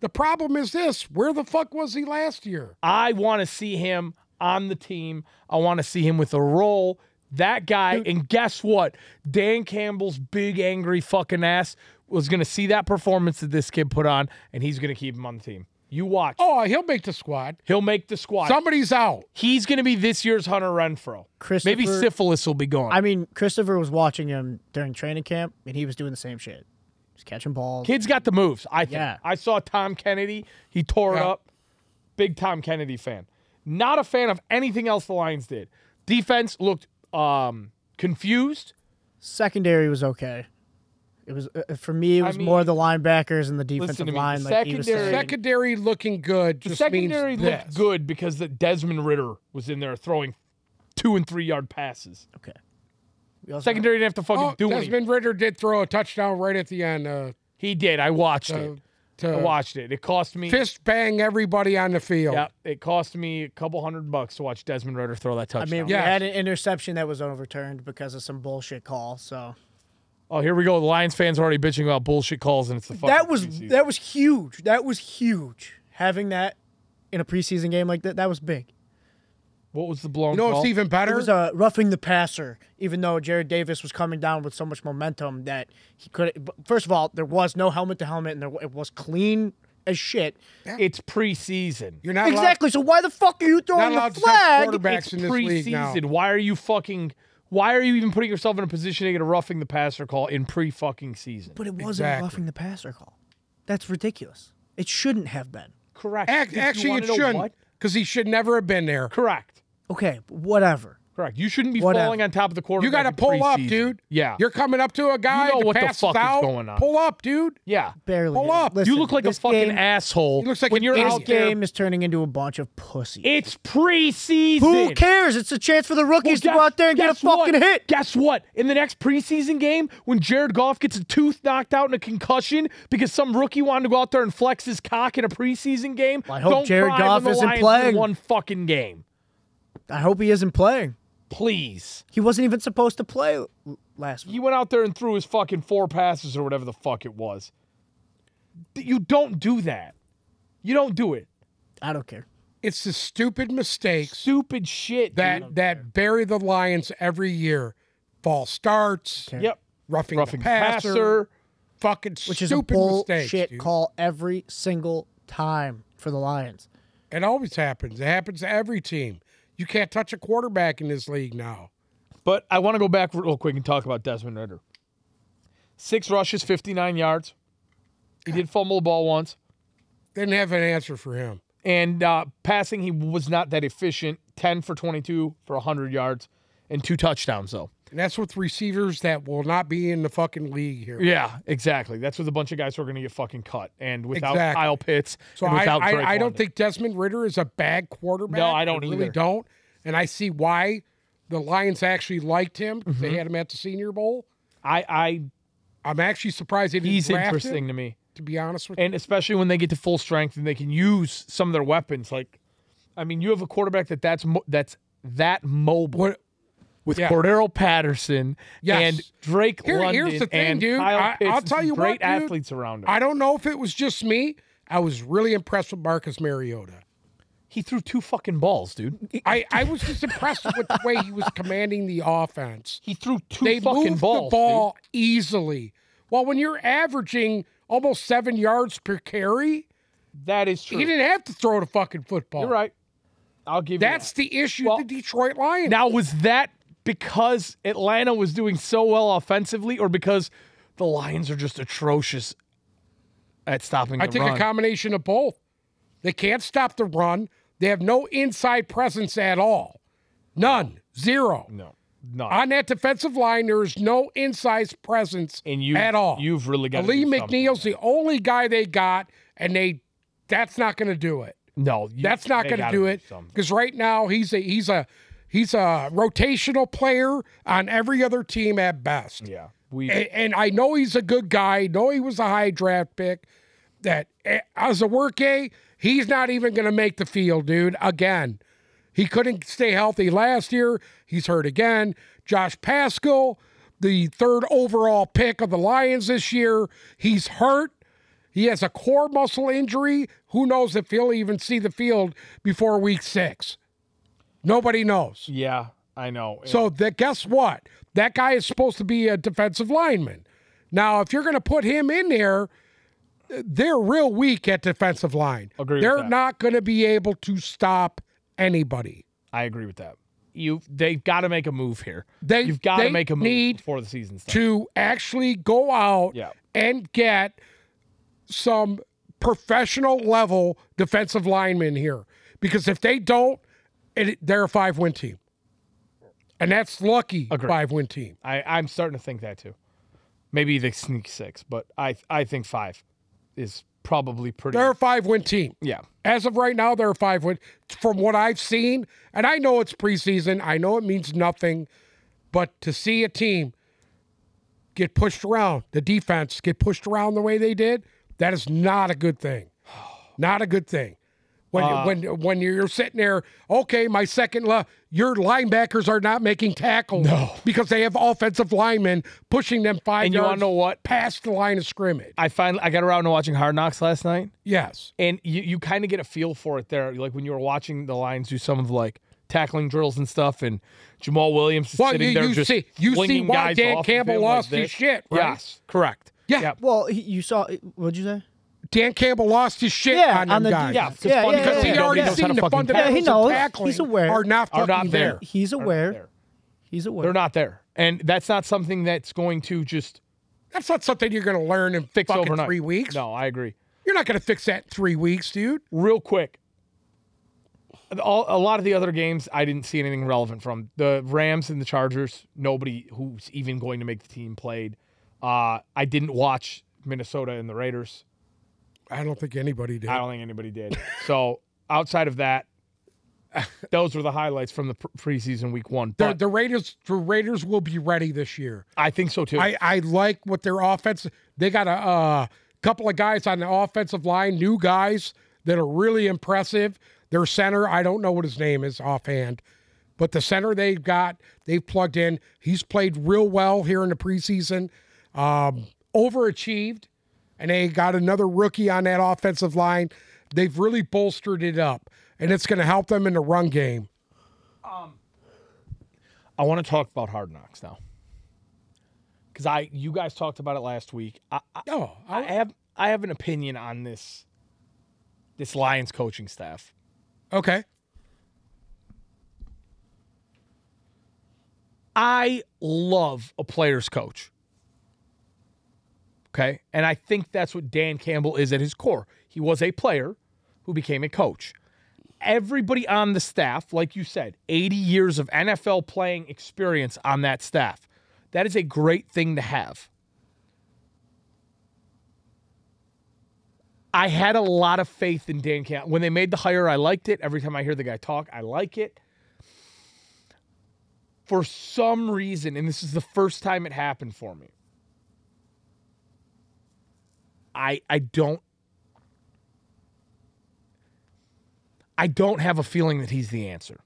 A: The problem is this: where the fuck was he last year?
C: I want to see him on the team. I want to see him with a role That guy, and guess what? Dan Campbell's big angry fucking ass was gonna see that performance that this kid put on, and he's gonna keep him on the team. You watch.
A: Oh, he'll make the squad.
C: He'll make the squad.
A: Somebody's out.
C: he's gonna be this year's Hunter Renfro. Maybe
B: Christopher-
C: syphilis will be gone.
B: I mean, Christopher was watching him during training camp, and he was doing the same shit. Just catching balls.
C: Kid's got the moves. I think.
B: Yeah.
C: I saw Tom Kennedy. He tore it
A: Yeah.
C: up. Big Tom Kennedy fan. Not a fan of anything else the Lions did. Defense looked um, confused.
B: Secondary was okay. It was uh, uh, for me. It was
C: mean-
B: more the linebackers and the defensive
C: to me,
B: line.
C: the
B: Like he was
C: secondary-
B: saying.
A: Secondary looking good
C: The
A: just
C: secondary
A: means
C: looked
A: this.
C: good because the Desmond Ritter was in there throwing two and three yard passes.
B: Okay. We also-
C: Secondary didn't have to fucking
A: Oh,
C: do anything.
A: Desmond Ritter did throw a touchdown right at the end uh,
C: He did. I watched
A: to,
C: it. I
A: to
C: watched it. It cost me.
A: fist bang everybody on the field.
C: Yeah, it cost me a couple hundred bucks to watch Desmond Ritter throw that
B: I
C: touchdown.
B: mean,
A: Yes.
B: we had an interception that was overturned because of some bullshit call. So
C: oh, here we go. The Lions fans are already bitching about bullshit calls, and it's the fucking
B: that was
C: preseason.
B: that was huge. That was huge. Having that in a preseason game like that, that was big.
C: What was the blown
A: You know
C: call?
A: what's even
B: It
A: better?
B: was a roughing the passer, even though Jared Davis was coming down with so much momentum that he could. not First of all, there was no helmet to helmet, and there, it was clean as shit.
C: It's preseason.
A: You're not allowed-
B: Exactly. So why the fuck are you throwing
A: allowed to
B: the
A: touch
B: flag?
A: quarterback.
C: It's
A: Backs in this league now.
C: preseason. Why are you fucking? Why are you even putting yourself in a position to get a roughing the passer call in pre fucking season?
B: But it wasn't
A: Exactly.
B: roughing the passer call. That's ridiculous. It shouldn't have been.
C: Correct.
A: Ac-
C: You
A: actually,
C: wanna
A: it
C: know
A: shouldn't
C: what?
A: because he should never have been there.
C: Correct.
B: Okay, whatever.
C: Correct. You shouldn't be
B: Whatever.
C: falling on top of the quarterback.
A: You got to
C: in
A: pull up,
C: preseason.
A: dude.
C: Yeah.
A: You're coming up to a guy.
C: know
A: the
C: what the
A: pass
C: fuck is
A: out.
C: going on.
A: Pull up, dude.
C: yeah.
B: Barely.
A: Pull up.
B: Listen,
C: you look like a
B: this
C: fucking
B: game,
C: asshole.
A: He looks like
C: when
A: an
C: you're
A: idiot.
C: out
B: This
C: there.
B: game is turning into a bunch of pussy.
C: It's preseason.
B: Who cares? It's a chance for the
C: Well,
B: rookies to go
C: guess-
B: out there and get a
C: guess what?
B: fucking hit.
C: Guess what? In the next preseason game, when Jared Goff gets a tooth knocked out in a concussion because some rookie wanted to go out there and flex his cock in a preseason game,
B: I hope
C: don't
B: Jared
C: cry
B: Goff
C: when the
B: isn't
C: Lions
B: playing.
C: win one fucking game.
B: I hope he isn't playing.
C: Please.
B: He wasn't even supposed to play l- last week.
C: He went out there and threw his fucking four passes or whatever the fuck it was. D- You don't do that. You don't do it.
B: I don't care.
A: It's the stupid mistakes
C: Stupid shit. dude.
A: that that bury the Lions every year. False starts,
B: Okay.
C: Yep.
A: roughing,
C: Roughing
A: the passer,
C: passer.
A: fucking
B: Which is a
A: stupid mistakes,
B: bullshit
A: dude.
B: call every single time for the Lions.
A: It always happens. It happens to every team. You can't touch a quarterback in this league now.
C: But I want to go back real quick and talk about Desmond Ritter. Six rushes, 59 yards. He did fumble the ball once.
A: Didn't have an answer for him.
C: And uh, passing, he was not that efficient. 10 for 22 for 100 yards and two touchdowns, though.
A: And that's with receivers that will not be in the fucking league here.
C: Yeah, exactly. That's with a bunch of guys who are going to get fucking cut. And without
A: Exactly.
C: Kyle Pitts
A: So
C: and
A: I,
C: without Drake
A: I, I don't
C: London.
A: think Desmond Ritter is a bad quarterback.
C: No, I don't
A: I really
C: either.
A: don't. And I see why the Lions actually liked him. 'cause
C: Mm-hmm.
A: They had him at the Senior Bowl.
C: I, I
A: I'm actually surprised they didn't
C: he's
A: draft him,
C: interesting to me.
A: to be honest with you.
C: and especially when they get to full strength and they can use some of their weapons. Like, I mean, you have a quarterback that that's mo- that's that mobile
A: What-
C: with
A: yeah.
C: Cordero Patterson
A: Yes.
C: and Drake
A: Here-
C: London
A: here's the thing,
C: and
A: dude.
C: Kyle
A: I-
C: Pitts
A: I'll
C: and
A: tell
C: some
A: you what,
C: great
A: dude.
C: athletes around him.
A: I don't know if it was just me. I was really impressed with Marcus Mariota.
C: he threw two fucking balls, dude.
A: I, I was just impressed with the way he was commanding the offense.
C: He threw two
A: they
C: fucking
A: moved
C: balls.
A: the ball easily. Well, when you're averaging almost seven yards per carry,
C: dude. That is true.
A: he didn't have to throw the fucking football.
C: Mm. You're right. I'll give
A: That's
C: you
A: the issue
C: Well-
A: the Detroit Lions.
C: that. Now was that because Atlanta was doing so well offensively, or because the Lions are just atrocious at stopping the
A: I think
C: run?
A: a combination of both. They can't stop the run. They have no inside presence at all. None. Zero.
C: no, not
A: On that defensive line, there is no inside presence
C: and you
A: at all.
C: You've really got
A: Lee McNeil's the only guy they got, and they that's not gonna do it.
C: No, you-
A: That's not
C: they
A: going to
C: gotta
A: do it
C: something.
A: because right now he's a he's a he's a rotational player on every other team at best.
C: Yeah, we.
A: And, and I know he's a good guy. Know he was a high draft pick. That eh, as a work A, he's not even going to make the field, dude. Again, he couldn't stay healthy last year. He's hurt again. Josh Pascal, the third overall pick of the Lions this year, he's hurt. He has a core muscle injury. Who knows if he'll even see the field before week six? Nobody knows.
C: yeah, I know.
A: So that guess what? That guy is supposed to be a defensive lineman. Now, if you're going to put him in there, they're real weak at defensive line.
C: Agree with
A: They're
C: that.
A: not going to be able to stop anybody.
C: I agree with that. You they've got to make a move here.
A: They-
C: You've got to
A: they
C: make a move
A: need
C: before the season starts.
A: To actually go out
C: Yeah.
A: and get some professional level defensive linemen here. Because if they don't, it, they're a five win team. And that's lucky
C: Agreed.
A: five win team.
C: I, I'm starting to think that too. Maybe they sneak six, but I I think five is probably pretty.
A: They're a five win team.
C: yeah,
A: As of right now, they're a five win. From what I've seen, and I know it's preseason, I know it means nothing, but to see a team get pushed around, the defense get pushed around the way they did, that is not a good thing. Not a good thing. When
C: Uh.
A: when when you're sitting there, okay, my second left, your linebackers are not making tackles because they have offensive linemen pushing them five
C: and you want
A: yards
C: to know what?
A: past the line of scrimmage.
C: I finally I got around to watching Hard Knocks last night,
A: Yes.
C: and you you kind of get a feel for it there, like when you were watching the Lions do some of the, like tackling drills and stuff, and Jamal Williams is
A: Well,
C: sitting
A: you,
C: there
A: you
C: just
A: see, you see
C: flinging
A: why
C: guys
A: Dan
C: off of
A: Campbell
C: him like
A: lost his
C: this.
A: shit, right?
C: Yes, correct.
A: Yeah.
C: Yep.
B: Well, he, you saw. What'd you say?
A: Dan Campbell lost his shit
B: Yeah,
A: on them
B: on the-
A: guys.
C: Yeah, it's
B: Yeah,
C: funny
B: yeah,
C: because
A: Because
B: yeah,
A: he
B: yeah.
A: already
B: Nobody knows
A: seen the fundamentals
B: tackle. Yeah, he knows.
A: of tackling
B: He's aware.
A: are not
C: Are
A: fucking
C: not there.
A: there.
B: He's aware.
C: there.
B: He's aware.
C: They're not there, and that's not something that's going to just
A: That's not something you're going to learn in
C: fix
A: fucking
C: overnight.
A: three weeks.
C: No, I agree.
A: You're not going to fix that in three weeks, dude.
C: real quick. All, a lot of the other games I didn't see anything relevant from the Rams and the Chargers. Nobody who's even going to make the team played. Uh, I didn't watch Minnesota and the Raiders.
A: I don't think anybody did.
C: I don't think anybody did. So outside of that, those were the highlights from the pre- preseason week one.
A: The,
C: But
A: the Raiders, the Raiders will be ready this year.
C: I think so too.
A: I, I like what their offense. They got a uh, couple of guys on the offensive line, new guys that are really impressive. Their center, I don't know what his name is offhand, but the center they've got, they've plugged in. He's played real well here in the preseason, um, overachieved, and they got another rookie on that offensive line. They've really bolstered it up, and it's going to help them in the run game.
C: I want to talk about Hard Knocks now because I you guys talked about it last week. I, I,
A: Oh,
C: I have I have an opinion on this this Lions coaching staff.
A: okay.
C: I love a player's coach. Okay. And I think that's what Dan Campbell is at his core. He was a player who became a coach. Everybody on the staff, like you said, 80 years of NFL playing experience on that staff. That is a great thing to have. I had a lot of faith in Dan Campbell. When they made the hire, I liked it. Every time I hear the guy talk, I like it for some reason, and this is the first time it happened for me. I I don't I don't have a feeling that he's the answer.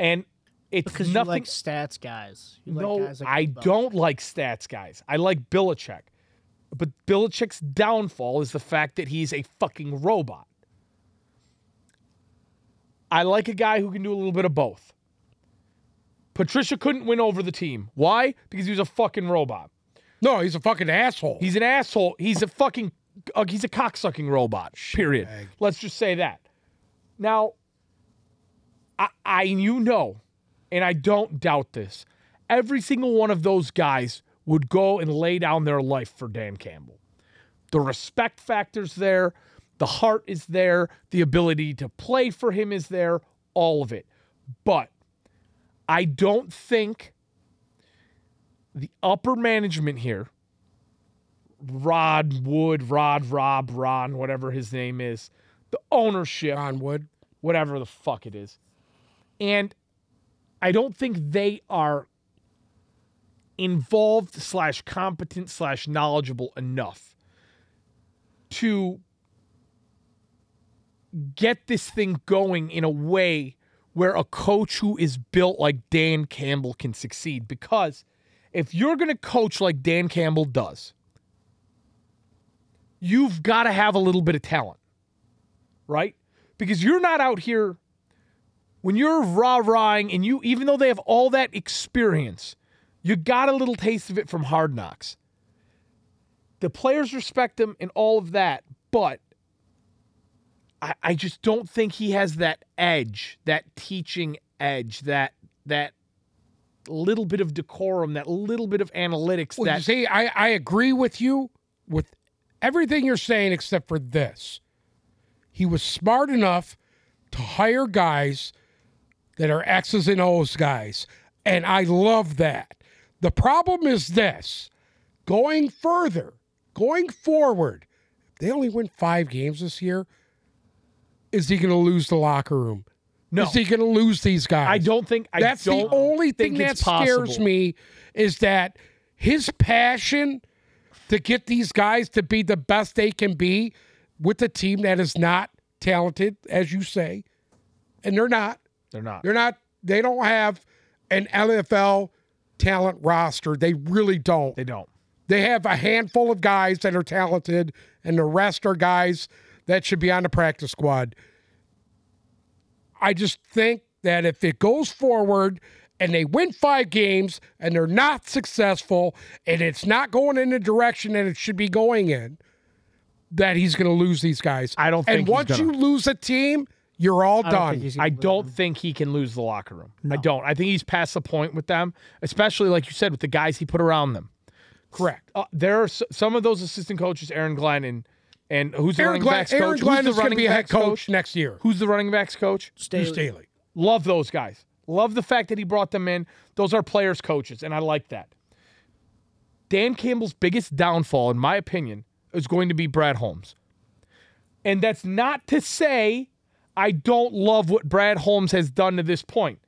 C: And it's
B: because
C: nothing
B: you like stats guys. You like
C: no,
B: guys like
C: I
B: Debo.
C: don't like stats guys. I like Billichek. But Billichek's downfall is the fact that he's a fucking robot. I like a guy who can do a little bit of both. Patricia couldn't win over the team. Why? Because he was a fucking robot.
A: No, he's a fucking asshole.
C: He's an asshole. He's a fucking uh, he's a cocksucking robot. Period. Let's just say that. Now, I, I you know, and I don't doubt this. Every single one of those guys would go and lay down their life for Dan Campbell. The respect factor's there, the heart is there, the ability to play for him is there, all of it. But I don't think the upper management here Rod Wood, Rod Rob, Ron, whatever his name is, the ownership,
A: Ron Wood.
C: whatever the fuck it is. And I don't think they are involved slash competent slash knowledgeable enough to get this thing going in a way where a coach who is built like Dan Campbell can succeed. Because if you're going to coach like Dan Campbell does, you've got to have a little bit of talent, right? Because you're not out here when you're rah-rahing and you even though they have all that experience, you got a little taste of it from Hard Knocks. The players respect him and all of that, but I, I just don't think he has that edge, that teaching edge, that that little bit of decorum, that little bit of analytics
A: Well, you
C: that
A: see, I, I agree with you with everything you're saying except for this. He was smart enough to hire guys that are X's and O's guys. And I love that. The problem is this going further, going forward, if they only win five games this year, is he going to lose the locker room?
C: No.
A: Is he going to lose these guys?
C: I don't think I
A: that's the
C: don't
A: only
C: think
A: thing that
C: it's possible.
A: scares me is that his passion to get these guys to be the best they can be with a team that is not talented, as you say, and they're not.
C: They're not.
A: They're not. They don't have an NFL talent roster. They really don't.
C: They don't.
A: They have a handful of guys that are talented, and the rest are guys that should be on the practice squad. I just think that if it goes forward and they win five games and they're not successful and it's not going in the direction that it should be going in, that he's going to lose these guys.
C: I don't
A: And
C: think he's
A: once
C: gonna.
A: you lose a team, you're all
B: I don't
A: done.
B: think he's gonna
C: I
B: win.
C: don't think he can lose the locker room. I don't. I think he's past the point with them, especially like you said with the guys he put around them.
A: Correct.
C: Uh, there are s- some of those assistant coaches, Aaron Glenn and and who's the
A: Aaron
C: running
A: Glenn,
C: backs coach?
A: Aaron Glenn
C: who's the
A: is going to
C: running
A: be a head
C: backs
A: coach, next year.
C: Who's the running backs coach?
B: Staley.
A: Staley.
C: Love those guys. Love the fact that he brought them in. Those are players, coaches, and I like that. Dan Campbell's biggest downfall, in my opinion, is going to be Brad Holmes. And that's not to say I don't love what Brad Holmes has done to this point.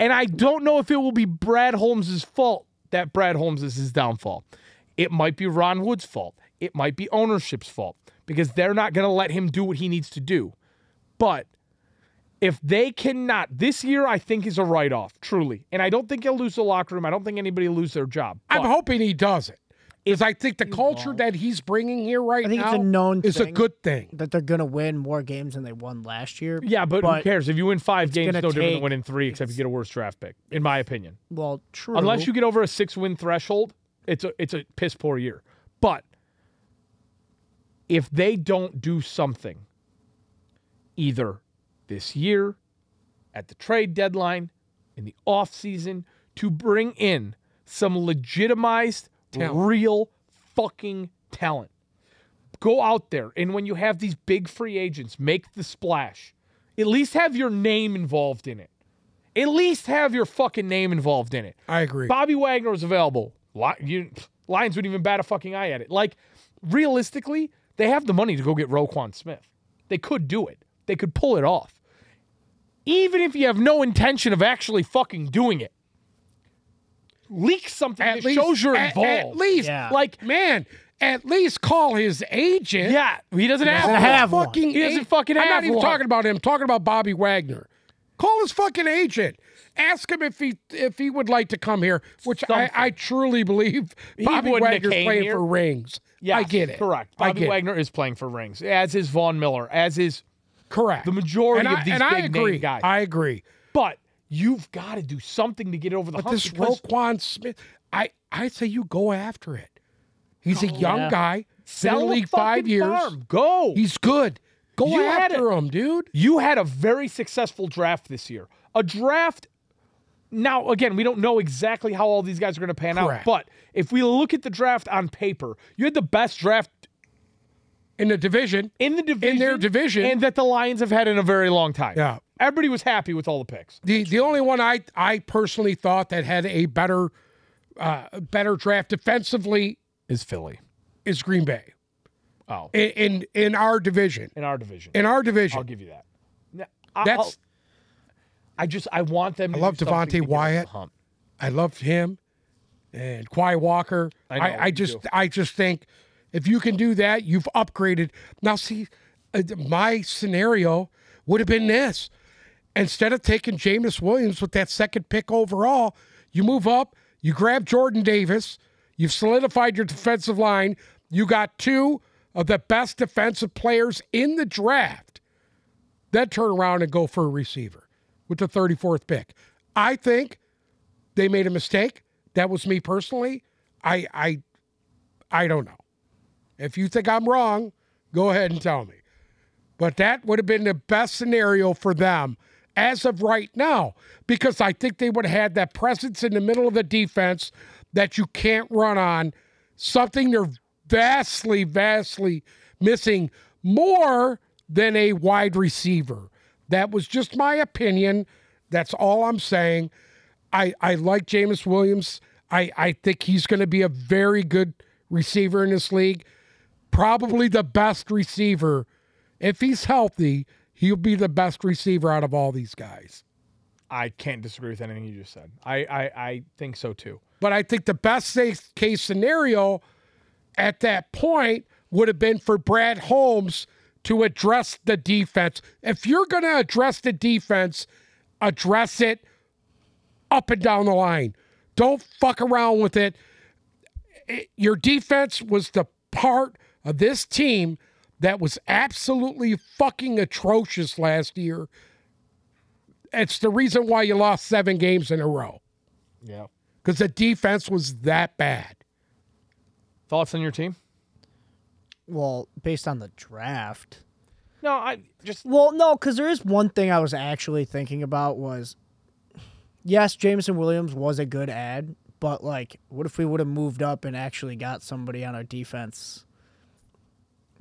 C: And I don't know if it will be Brad Holmes's fault that Brad Holmes is his downfall. It might be Ron Wood's fault. It might be ownership's fault because they're not going to let him do what he needs to do. But if they cannot, this year I think is a write off, truly. And I don't think he'll lose the locker room. I don't think anybody will lose their job.
A: I'm
C: But-
A: hoping he does it. Because I think the culture that he's bringing here right
B: I think
A: now
B: it's a known
A: is a
B: thing.
A: good thing.
B: that they're gonna win more games than they won last year.
C: Yeah, but, who
B: But
C: cares? If you win five games,
B: gonna
C: it's no different than
B: take-
C: winning three, except you get a worse draft pick, in my opinion.
B: Well, true.
C: Unless you get over a six win threshold, it's a it's a piss poor year. But if they don't do something either this year, at the trade deadline, in the offseason, to bring in some legitimized,
A: Talent.
C: real fucking talent. Go out there and when you have these big free agents, make the splash. At least have your name involved in it. At least have your fucking name involved in it.
A: I agree.
C: Bobby Wagner was available. Li- you- pff, Lions wouldn't even bat a fucking eye at it. Like, realistically, they have the money to go get Roquan Smith. They could do it. They could pull it off. Even if you have no intention of actually fucking doing it, leak something
A: At
C: that
A: least-
C: shows you're
A: at-
C: involved.
A: At, least,
B: Yeah.
C: like,
A: man, at least call his agent.
C: yeah, he doesn't have.
A: Call
B: doesn't
C: one.
A: his
B: have one.
A: fucking
C: He doesn't
A: ag-
C: fucking
A: I'm
C: have
A: not even
C: one.
A: talking about him. I'm talking about Bobby Wagner. Call his fucking agent. Ask him if he if he would like to come here, which I,
C: Something.
A: I truly believe Bobby
C: wouldn't have
A: Wagner's
C: came
A: playing
C: here.
A: for rings.
C: Yes,
A: I get it.
C: Correct.
A: I
C: Bobby
A: get it.
C: Wagner is playing for rings, as is Vaughn Miller, as is.
A: Correct.
C: The majority
A: and
C: of
A: I,
C: these
A: and I
C: big name
A: agree.
C: guys.
A: I agree.
C: But you've got to do something to get over the
A: But
C: hump.
A: this
C: Uh-huh, because-
A: Roquan Smith, I I say you go after it. He's a young
B: yeah.
A: guy. Been in
C: Oh, Sell
A: the
C: the
A: league five
C: fucking
A: years.
C: farm. Go.
A: He's good. Go
C: You had
A: after him, dude.
C: you had a very successful draft this year. A draft. Now, again, we don't know exactly how all these guys are going to pan
A: Correct.
C: out, but if we look at the draft on paper, you had the best draft
A: In the division,
C: in the division,
A: their division.
C: and that the Lions have had in a very long time.
A: Yeah.
C: everybody was happy with all the picks.
A: the the only one I I personally thought that had a better uh, better draft defensively
C: Is Philly?
A: is Green Bay
C: Oh,
A: in in, in our division.
C: in our division,
A: In our
C: I'll
A: division,
C: give you that. No, I-
A: That's-
C: I'll- I just I want them. to
A: I love
C: do something
A: Devontae
C: to get over
A: Wyatt.
C: the hump.
A: I loved him and Kwai Walker.
C: I know,
A: I,
C: you
A: just
C: do.
A: I just think if you can do that, you've upgraded. Now see, uh, my scenario would have been this: instead of taking Jameis Williams with that second pick overall, you move up, you grab Jordan Davis, you've solidified your defensive line. You got two of the best defensive players in the draft. Then turn around and go for a receiver. with the 34th pick. I think they made a mistake. That was me personally. I I I don't know. If you think I'm wrong, go ahead and tell me. But that would have been the best scenario for them as of right now, because I think they would have had that presence in the middle of the defense that you can't run on, something they're vastly, vastly missing more than a wide receiver. That was just my opinion. That's all I'm saying. I, I like Jameis Williams. I, I think he's going to be a very good receiver in this league. Probably the best receiver. If he's healthy, he'll be the best receiver out of all these guys.
C: I can't disagree with anything you just said. I, I, I think so too.
A: But I think the best safe case scenario at that point would have been for Brad Holmes to address the defense. If you're going to address the defense, address it up and down the line. Don't fuck around with it. It- Your defense was the part of this team that was absolutely fucking atrocious last year. It's the reason why you lost seven games in a row
C: Yeah.
A: because the defense was that bad.
C: Thoughts on your team?
B: Well, based on the draft.
C: No, I just
B: Well, no, because there is one thing I was actually thinking about was, yes, Jameson Williams was a good ad, but like, what if we would have moved up and actually got somebody on our defense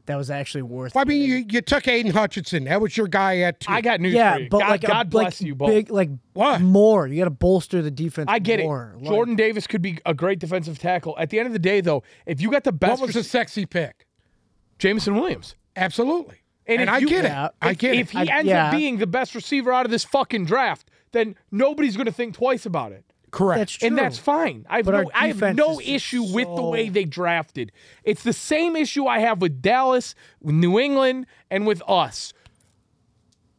B: that was actually worth?
A: Well, I mean, you, you took Aiden Hutchinson. That was your guy at two.
C: I got news
B: yeah,
C: for you.
B: but
C: God,
B: like, a-
C: God
B: like
C: bless you both.
B: Big, like
A: Why?
B: more. You got to bolster the defense.
C: I get
B: more.
C: it.
B: Like,
C: Jordan Davis could be a great defensive tackle. At the end of the day, though, if you got the
A: what
C: best,
A: was a sexy pick?
C: Jameson Williams.
A: Absolutely.
C: And
A: And,
C: if
A: I
C: you-
A: get
B: Yeah.
A: it. I get
C: If
A: it.
C: he
B: I-
C: ends
B: yeah.
C: up being the best receiver out of this fucking draft, then nobody's going to think twice about it.
A: Correct.
B: That's true.
C: And that's fine. I have,
B: But our
C: no, I have
B: defense
C: no
B: is
C: issue with the
B: so-
C: way they drafted. It's the same issue I have with Dallas, with New England, and with us.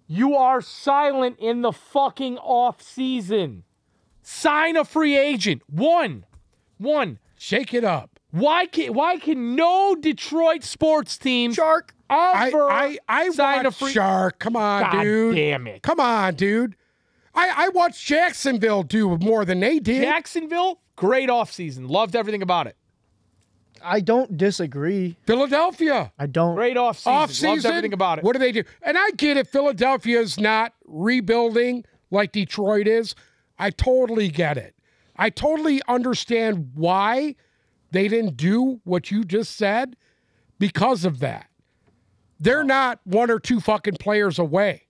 C: You are silent in the fucking off season. Sign a free agent. One. One.
A: Shake it up.
C: Why can why can no Detroit sports team
B: Shark.
A: I
C: ever
A: I I
C: sign a
A: watch
C: free
A: Shark. Come on,
C: God
A: dude.
C: damn it.
A: Come on, dude. I I watched Jacksonville do more than they did.
C: Jacksonville, great offseason. Loved everything about it.
B: I don't disagree.
A: Philadelphia
B: I don't.
C: Great offseason.
A: off
C: Loved
A: season.
C: everything about it.
A: What do they do? And I get it. Philadelphia's not rebuilding like Detroit is. I totally get it. I totally understand why they didn't do what you just said because of that. They're not one or two fucking players away.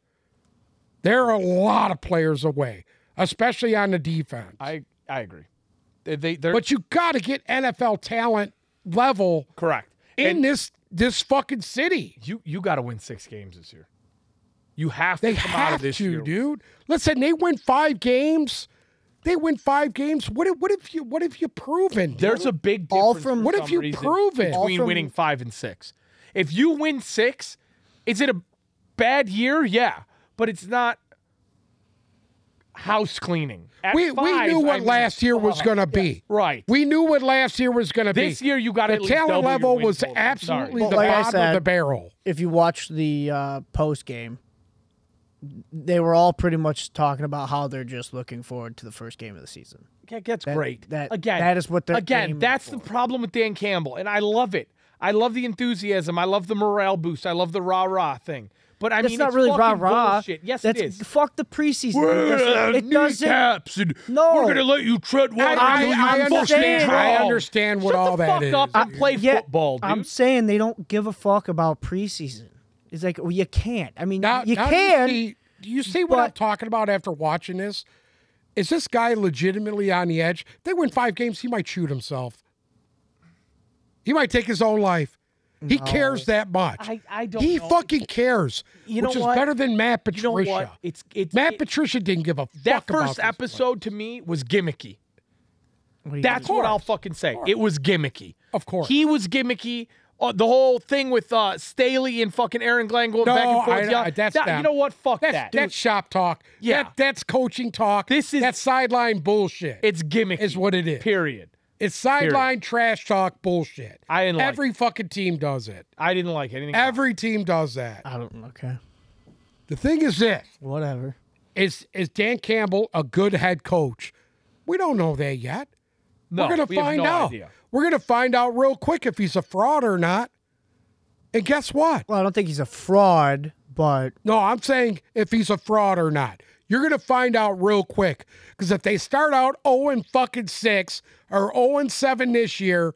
A: They're a lot of players away, especially on the defense.
C: I I agree. They, they they're
A: but you got to get NFL talent level
C: correct.
A: in
C: And
A: this this fucking city.
C: you you got to win 6 games this year. You have to
A: They
C: come
A: have
C: out of this
A: to,
C: year.
A: dude. Listen, they win five games. They win five games. What if, what have you what have you proven? dude?
C: There's a big difference.
B: All from-
C: for
A: What
C: some
A: have you
C: reason
A: proven? All
C: between
B: from-
C: winning 5 and 6? If you win 6, is it a bad year? Yeah, but it's not house cleaning. At
A: we we
C: five,
A: knew
C: I
A: what
C: mean,
A: last year was
C: fuck.
A: going to be.
C: Right.
A: We knew what last year was going to be.
C: This year you got
A: the
C: at least double
A: talent
C: your
A: level
C: win
A: was
C: total. I'm sorry.
A: absolutely
B: But
A: the
B: like I
A: bottom of
B: said-
A: the barrel.
B: if you watch the uh, post game, they were all pretty much talking about how they're just looking forward to the first game of the season.
C: Okay, that's great.
B: that-
C: again,
B: that is what they're
C: again.
B: aiming
C: That's the problem with Dan Campbell, and I love it. I love the enthusiasm. I love the morale boost. I love the rah rah thing. But I
B: That's
C: mean,
B: not
C: it's
B: really rah
C: fucking
B: rah.
C: bullshit. Yes,
B: that's,
C: it is.
B: Fuck the preseason. it doesn't. It doesn't
C: Kneecaps and
B: No.
C: let you tread water.
A: I, I
C: until you fucking
A: understand. I
C: drown.
A: understand what
C: Shut
A: all
C: the
A: that
C: fuck
A: is.
C: up and play
B: yeah,
C: football, dude.
B: I'm saying they don't give a fuck about preseason. It's like, well, you can't. I mean,
A: Now,
B: you
A: now do
B: can.
A: You see, do you see what I'm
B: but-
A: talking about after watching this? Is this guy legitimately on the edge? They win five games, he might shoot himself. He might take his own life. He cares that much.
C: I- I don't
A: He
C: know.
A: fucking cares,
C: You know
A: which is
C: what?
A: better than Matt
C: you know
A: Patricia.
C: what? It's it's
A: Matt
C: it-
A: Patricia didn't give a
C: that
A: fuck about
C: first
A: this play.
C: episode to me was gimmicky.
B: What do you
C: That's
B: do?
C: what I'll fucking say. It was gimmicky.
A: Of course.
C: He was gimmicky. Uh, the whole thing with uh, Staley and fucking Aaron Glenn going
A: No,
C: back and forth.
A: I-
C: yeah,
A: I- that's
C: that-
A: them.
C: you know what? Fuck
A: That's,
C: that.
A: that's shop talk.
C: Yeah.
A: That, that's coaching talk.
C: This is-
A: that sideline bullshit.
C: it's gimmicky.
A: is what it is.
C: Period.
A: it's sideline trash talk bullshit.
C: I didn't like
A: Every fucking team does it.
C: I didn't like anything. about it.
A: Every team does that.
B: I don't. Okay.
A: The thing is this
B: Whatever.
A: Is is Dan Campbell a good head coach? We don't know that yet.
C: No,
A: We're gonna
C: we have
A: find
C: no
A: out.
C: idea.
A: We're gonna find out real quick if he's a fraud or not. And guess what?
B: Well, I don't think he's a fraud, but
A: No, I'm saying if he's a fraud or not. You're gonna find out real quick. Because if they start out 0 and fucking six or 0 and seven this year,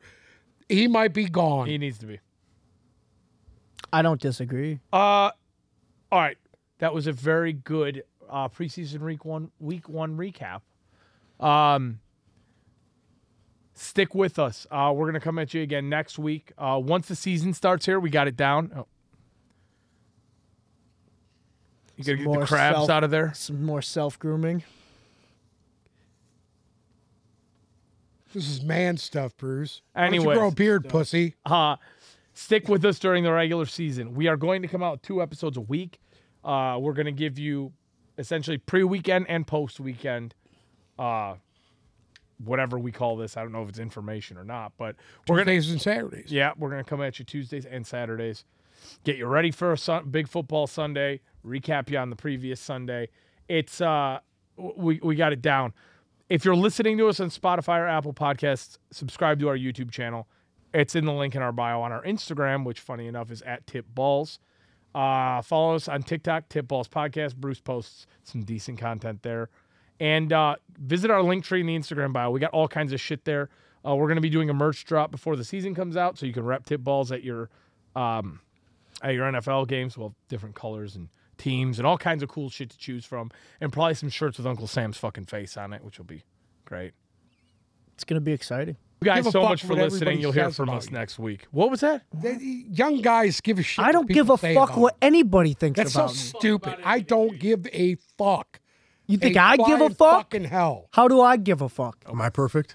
A: he might be gone.
C: He needs to be.
B: I don't disagree.
C: Uh, all right. That was a very good uh, preseason week one week one recap. Um, stick with us. Uh, we're gonna come at you again next week. Uh, once the season starts here, we got it down. Oh. You gotta get
B: more
C: the crabs
B: self-
C: out of there.
B: Some more self grooming.
A: This is man stuff, Bruce. Why don't you
C: Anyways.
A: grow a beard, pussy.
C: Uh, stick with us during the regular season. We are going to come out two episodes a week. Uh, we're going to give you essentially pre weekend and post weekend, uh, whatever we call this. I don't know if it's information or not, but we're going to
A: Tuesdays and Saturdays.
C: yeah, we're going to come at you Tuesdays and Saturdays. Get you ready for a sun- big football Sunday. Recap you on the previous Sunday. It's uh w- we we got it down. If you're listening to us on Spotify or Apple Podcasts, subscribe to our YouTube channel. It's in the link in our bio on our Instagram, which funny enough is at Tip Balls. Uh, follow us on TikTok, Tip Balls Podcast. Bruce posts some decent content there. And uh, visit our link tree in the Instagram bio. We got all kinds of shit there. Uh, we're going to be doing a merch drop before the season comes out, so you can rep Tip Balls at your um, at your NFL games. We'll have different colors and teams and all kinds of cool shit to choose from, and probably some shirts with Uncle Sam's fucking face on it, which will be great.
B: It's gonna be exciting.
C: You guys
A: Give a
C: so
A: fuck
C: much for
A: what
C: listening.
A: everybody
C: You'll hear
A: says
C: from
A: about
C: us
A: you.
C: next week. What was that?
A: They- Young guys give a shit.
B: I
A: what
B: don't give
A: people
B: a
A: say
B: fuck
A: about
B: what
A: them.
B: anybody thinks
A: That's so
B: about me.
A: stupid. I don't give a fuck.
B: You think
A: A
B: I give a
A: flying
B: fuck?
A: Fucking hell.
B: How do I give a fuck?
D: Am I perfect?